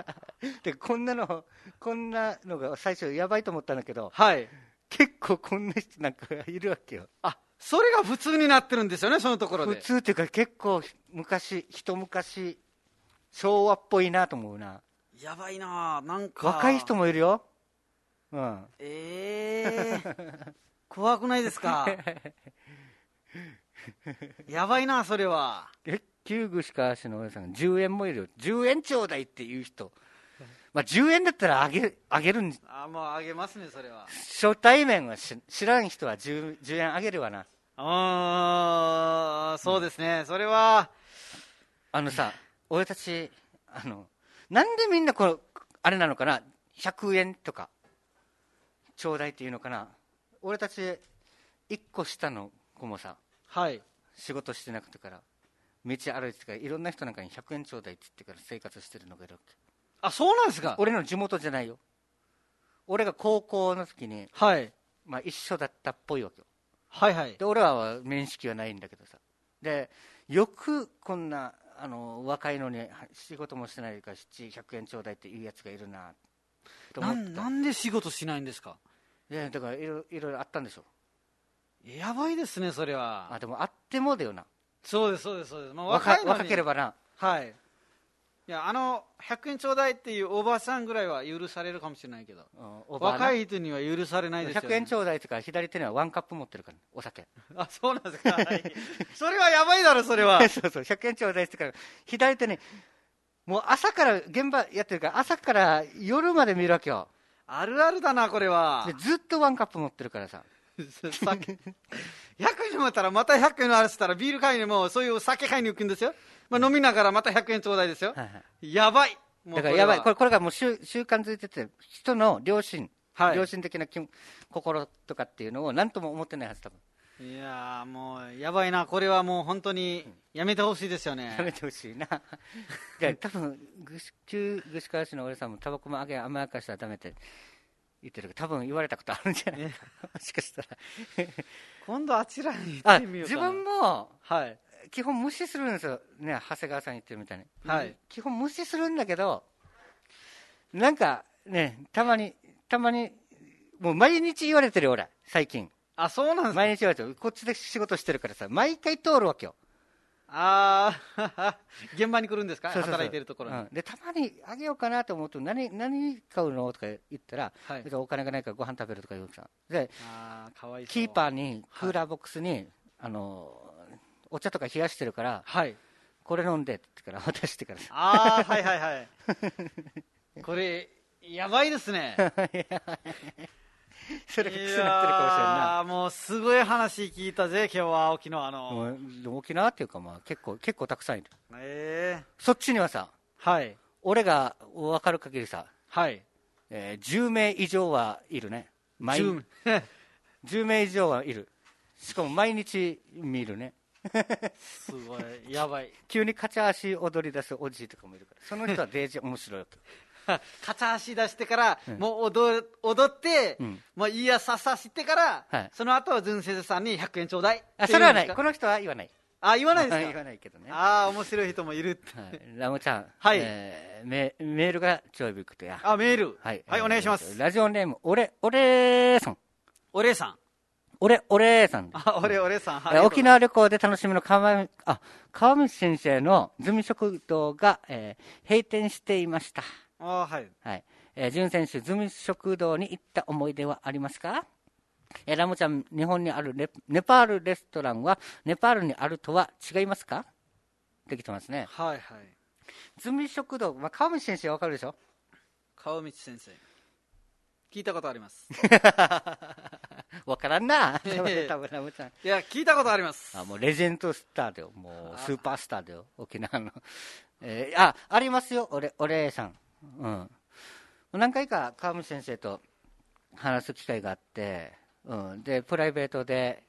A: で、こんなの、こんなのが最初、やばいと思ったんだけど、
B: はい
A: 結構こんな人なんかがいるわけよ。
B: あそれが普通になってるんですよねそのところ
A: 普
B: で
A: 通っていうか結構昔一昔昭和っぽいなと思うな
B: やばいななんか
A: 若い人もいるようん
B: ええ 怖くないですか やばいなそれは
A: え旧具しか足のおやさんが10円もいるよ10円ちょうだいっていう人まあ10円だったらあげあげるん
B: あもうあげますねそれは
A: 初対面はし知らん人は 10, 10円あげるわな
B: ああそうですね、それは
A: あのさ俺たちあのなんでみんなこのあれなのかな100円とかちょうだいっていうのかな俺たち1個下の子もさ
B: はい
A: 仕事してなくてから道歩いてからいろんな人なんかに100円ちょうだいって言ってから生活してるのがいるわけ
B: あそうなんですか
A: 俺の地元じゃないよ俺が高校の時に、
B: はい
A: まあ、一緒だったっぽいわけよ
B: はいはい
A: で俺らは面識はないんだけどさでよくこんなあの若いのには仕事もしてないから100円ちょうだいって言うやつがいるなと
B: な
A: 思
B: ん
A: っ
B: な
A: た
B: んで仕事しないんですか
A: いやだからいろいろいろあったんでしょ
B: やばいですねそれ
A: あ
B: は
A: でもあってもだよな
B: そうですそうですそうです、まあ、
A: 若
B: 若い
A: い
B: のに
A: 若ければな
B: はいいやあの100円ちょうだいっていうおばさんぐらいは許されるかもしれないけど
A: うんおばあな
B: 若い人には許されないですよ、ね、
A: 100円ちょうだいとか左手にはワンカップ持ってるから、ね、お酒
B: あそうなんですかはいそれはやばいだろそれ は
A: そうそう100円ちょうだいってから左手にもう朝から現場やってるから朝から夜まで見るわけよ
B: あるあるだなこれは
A: でずっとワンカップ持ってるからさ
B: 酒100円もったら、また100円のあれしたら、ビール買いにも、そういう酒買いに行くんですよ。まあ、飲みながらまた100円ちょうだいですよ。
A: はいは
B: やばい。もう
A: だからやばい、こ
B: これ
A: れこれがもう習習慣づいてて、人の良心、
B: はい
A: 良心的な気も心とかっていうのを、なんとも思ってないはず、多分
B: はいやーもう、やばいな。これはもう本当に、やめてほしいですよ
A: やめ
B: ね。
A: てほしいな。じゃ 多分ぐし旧串川市の俺さんも、タバコもあげ甘やかしたらダメって言ってるけど、多分言われたことあるんじゃない もしかしたら。
B: 今度あちらに行っ
A: あ
B: てみよう
A: 自
B: かな。
A: 分も
B: はい。
A: 基本無視するんですよ、ね、長谷川さん言ってるみたいに。
B: はい
A: 基本無視するんだけど、なんかね、たまに、たまに、もう毎日言われてるよ、俺、最近。
B: あ、そうなんですか。
A: 毎日言われてる。こっちで仕事してるからさ、毎回通るわけよ。
B: あー現場に来るんですか
A: そうそうそう
B: 働いてるところに。
A: うんで、たまにあげようかなと思うと、何、何買うのとか言ったら、
B: はい
A: 別にお金がないからご飯食べるとか言うさ。で、
B: あーかわいそう。
A: キーパーに、クーラーボックスに、あの、お茶とか冷やしてるから、
B: はい。
A: これ飲んでって言ってから渡してからさ。
B: ああ、はいはい はい。これ、やばいです ね。
A: それが癖になってる
B: や
A: か
B: ーもうすごい話聞いたぜ、今日は沖縄
A: もしれ
B: の。
A: んない。もう沖縄っていうか、まあ、結構、結構たくさんいる。
B: え
A: そっちにはさ、
B: ーはい、
A: 俺が分かる限りさ、
B: はい。
A: えー10名以上はいるね。毎
B: 十
A: 10名以上はいる。しかも毎日見るね。
B: すごい、やばい。
A: 急にカチャ足踊り出すおじいとかもいるから、その人はデージ面白いわ けよ。
B: 片足出してから、もう踊る踊って、
A: うん
B: もういいやささしてから、
A: はい
B: その後は純正さんに100円ちょうだいって言うんですか。
A: あそれはない、この人は言わない。
B: あ、言わないで す
A: 言
B: か。
A: わないけどね。は
B: ああ、面白い人もいるって。
A: い、ラムちゃん、
B: はい
A: えーメメールがちょいびくとや。
B: あ、メール。
A: はい、
B: お願いします。
A: ラジオネーム、俺、俺さん。
B: お礼さん。
A: 俺、俺さんです。
B: あ、お礼、お礼さん。あり
A: え
B: が
A: ー
B: とう
A: 沖縄旅行で楽しみの川上あ川道先生のズミ食堂が、えー閉店していました。
B: あーはい。
A: はい。えー、淳選手、ズミ食堂に行った思い出はありますかえーラムちゃん、日本にあるネネパールレストランは、ネパールにあるとは違いますかできてますね。
B: はいはい。
A: ズミ食堂、まあ、川道先生わかるでしょ
B: 川道先生。聞いたことあります。
A: わからん な。多
B: へへ
A: 分、多分ラムちゃん。
B: いや、聞いたことあります。
A: あ、もうレジェンドスターだよ。もう、スーパースターだよ。沖縄の。 えーあ、ありますよ。俺、俺さん。うん。何回か川口先生と話す機会があって、うん。で、プライベートで、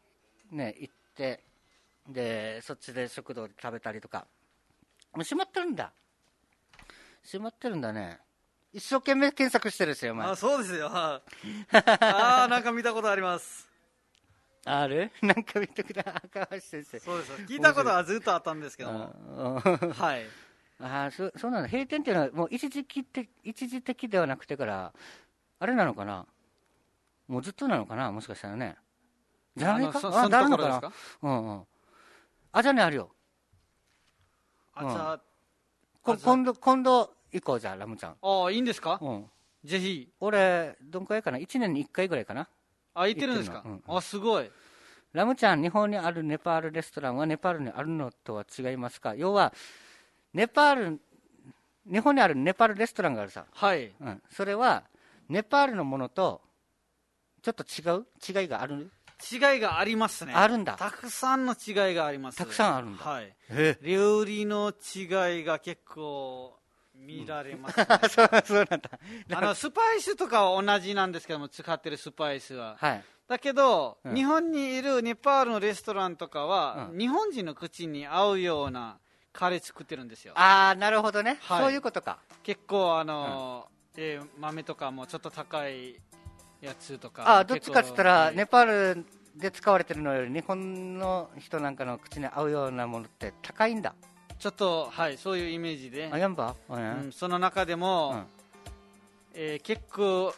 A: ね、行って、で、そっちで食堂で食べたりとか。もう閉まってるんだ。閉まってるんだね。一生懸命検索してるんですよ、お前
B: あ、。そうですよ。はい ああ、なんか見たことあります。
A: ある なんか見とくな、川口先生。
B: そうですよ。聞いたことはずっとあったんですけども。
A: うん
B: はい。
A: ああそうそうなの閉店っていうのはもう一時的って一時的ではなくてからあれなのかなもうずっとなのかなもしかしたらねじゃないか
B: あのそ
A: あ
B: その
A: なるの
B: ところ
A: か
B: です
A: な
B: か
A: うんうんあじゃあねあるよ
B: あ、
A: うん
B: じゃあ、
A: こ
B: あじゃあ
A: 今度今度行こうじゃあラムちゃん
B: ああ、いいんですか
A: うん
B: ぜひ。
A: 俺どんくらいかな1年に1回ぐらいかな
B: あ、行ってるんですか
A: 行ってる
B: あ、すごい。
A: ラムちゃん日本にあるネパールレストランはネパールにあるのとは違いますか要はネパール日本にあるネパールレストランがあるさ
B: はい。
A: うん、それはネパールのものとちょっと違う違いがある
B: 違いがありますね。
A: あるんだ
B: たくさんの違いがあります。
A: たくさんあるんだ
B: はい。
A: え
B: 料理の違いが結構見られますね。
A: そうそう なんだ
B: あの、スパイスとかは同じなんですけども、使ってるスパイスは。
A: はい
B: だけど、
A: うん
B: 日本にいるネパールのレストランとかは、
A: うん
B: 日本人の口に合うようなカレー作ってるんですよ
A: ああなるほどね、
B: はい
A: そういうことか
B: 結構あのー、えー豆とかもちょっと高いやつとか
A: あーどっちかっつったら、
B: 結構
A: ネパールで使われてるのより日本の人なんかの口に合うようなものって高いんだ
B: はいちょっとはいそういうイメージで
A: あ、やんば、う
B: うんん、その中でも、
A: うん
B: えー結構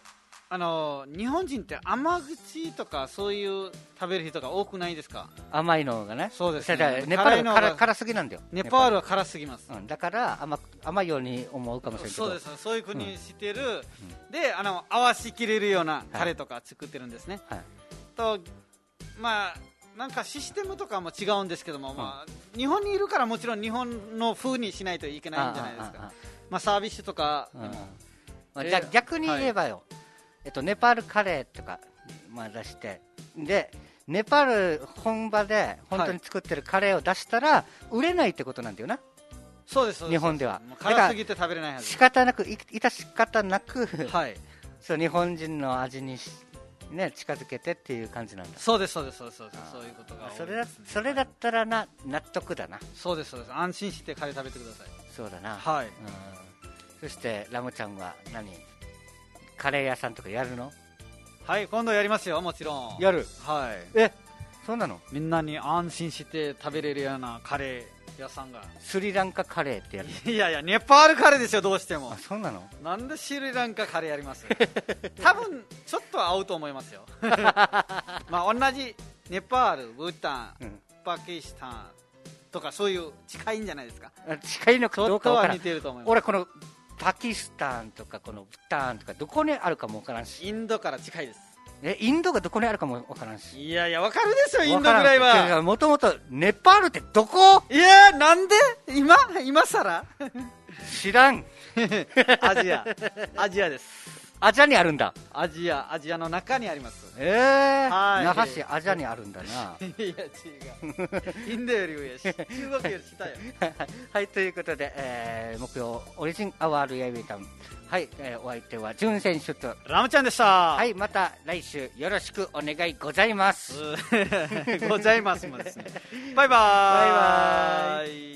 B: あのー日本人って甘口とかそういう食べる人が多くないですか
A: 甘いのがね
B: そうですね
A: だからネパー
B: 辛い
A: ル
B: の
A: か
B: が
A: ら辛すぎなんだよ
B: ネパール
A: ネ
B: は辛すぎます
A: パールうん、だから甘く甘いように思うかもしれないけど
B: そうですそういう国にしてる、であの合わしきれるようなタレとか作ってるんですね、
A: はい
B: とまあなんかシステムとかも違うんですけども、まあ、日本にいるからもちろん日本の風にしないといけないんじゃないですか
A: ああああ
B: まあ、サービスとかでも、
A: うんまあ、
B: えー
A: じゃ逆に言えばよ、えっと、ネパールカレーとか、まあ、出してでネパール本場で本当に作ってるカレーを出したら売れないってことなんだよな、
B: そうですそうです
A: 日本では
B: もう辛すぎて食べれないはず
A: 仕方なくい致し方なく、
B: はい
A: そう日本人の味にし、ね、近づけてっていう感じなんだ
B: そうですそうですそうですそうですそういうことが多い
A: それだ
B: ですね
A: それだったらな納得だな
B: そうですそうです安心してカレー食べてください
A: そうだな、
B: はい
A: うん、そしてラムちゃんは何カレー屋さんとかやるの
B: はい今度やりますよもちろん
A: やる
B: はい
A: えそうなの
B: みんなに安心して食べれるようなカレー屋さんが
A: スリランカカレーってやる
B: いやいやネパールカレーですよどうしても
A: あそうなの
B: なんでシリランカカレーやります 多分ちょっとは合うと思います よまあ同じネパールブータン、
A: うん
B: パキスタンとかそういう近いんじゃないですか
A: あ近いの
B: ち
A: か
B: ょ
A: ど
B: っ
A: うか
B: と
A: わ
B: は
A: から
B: 似
A: ん
B: てると思います
A: 俺このパキスタンとかこのブタンとかどこにあるかもわからんし
B: インドから近いです
A: えインドがどこにあるかもわからんし
B: いやいやわかるでしょインドぐらいは
A: もともとネパールってどこ
B: いやーなんで今今さら
A: 知らん
B: アジアアジアです
A: アジアにあるんだ
B: アジアアジアの中にあります
A: ええ
B: はい
A: 那覇市アジアにあるんだな
B: いや違うインドより上し中国より下よ
A: はいということで、えー、目標オリジンアワールやイウェイタウンはい、えー、お相手はジュン選手と
B: ラムちゃんでした
A: はいまた来週よろしくお願いございます
B: ございますもですね。バイバーイ。バイバーイ。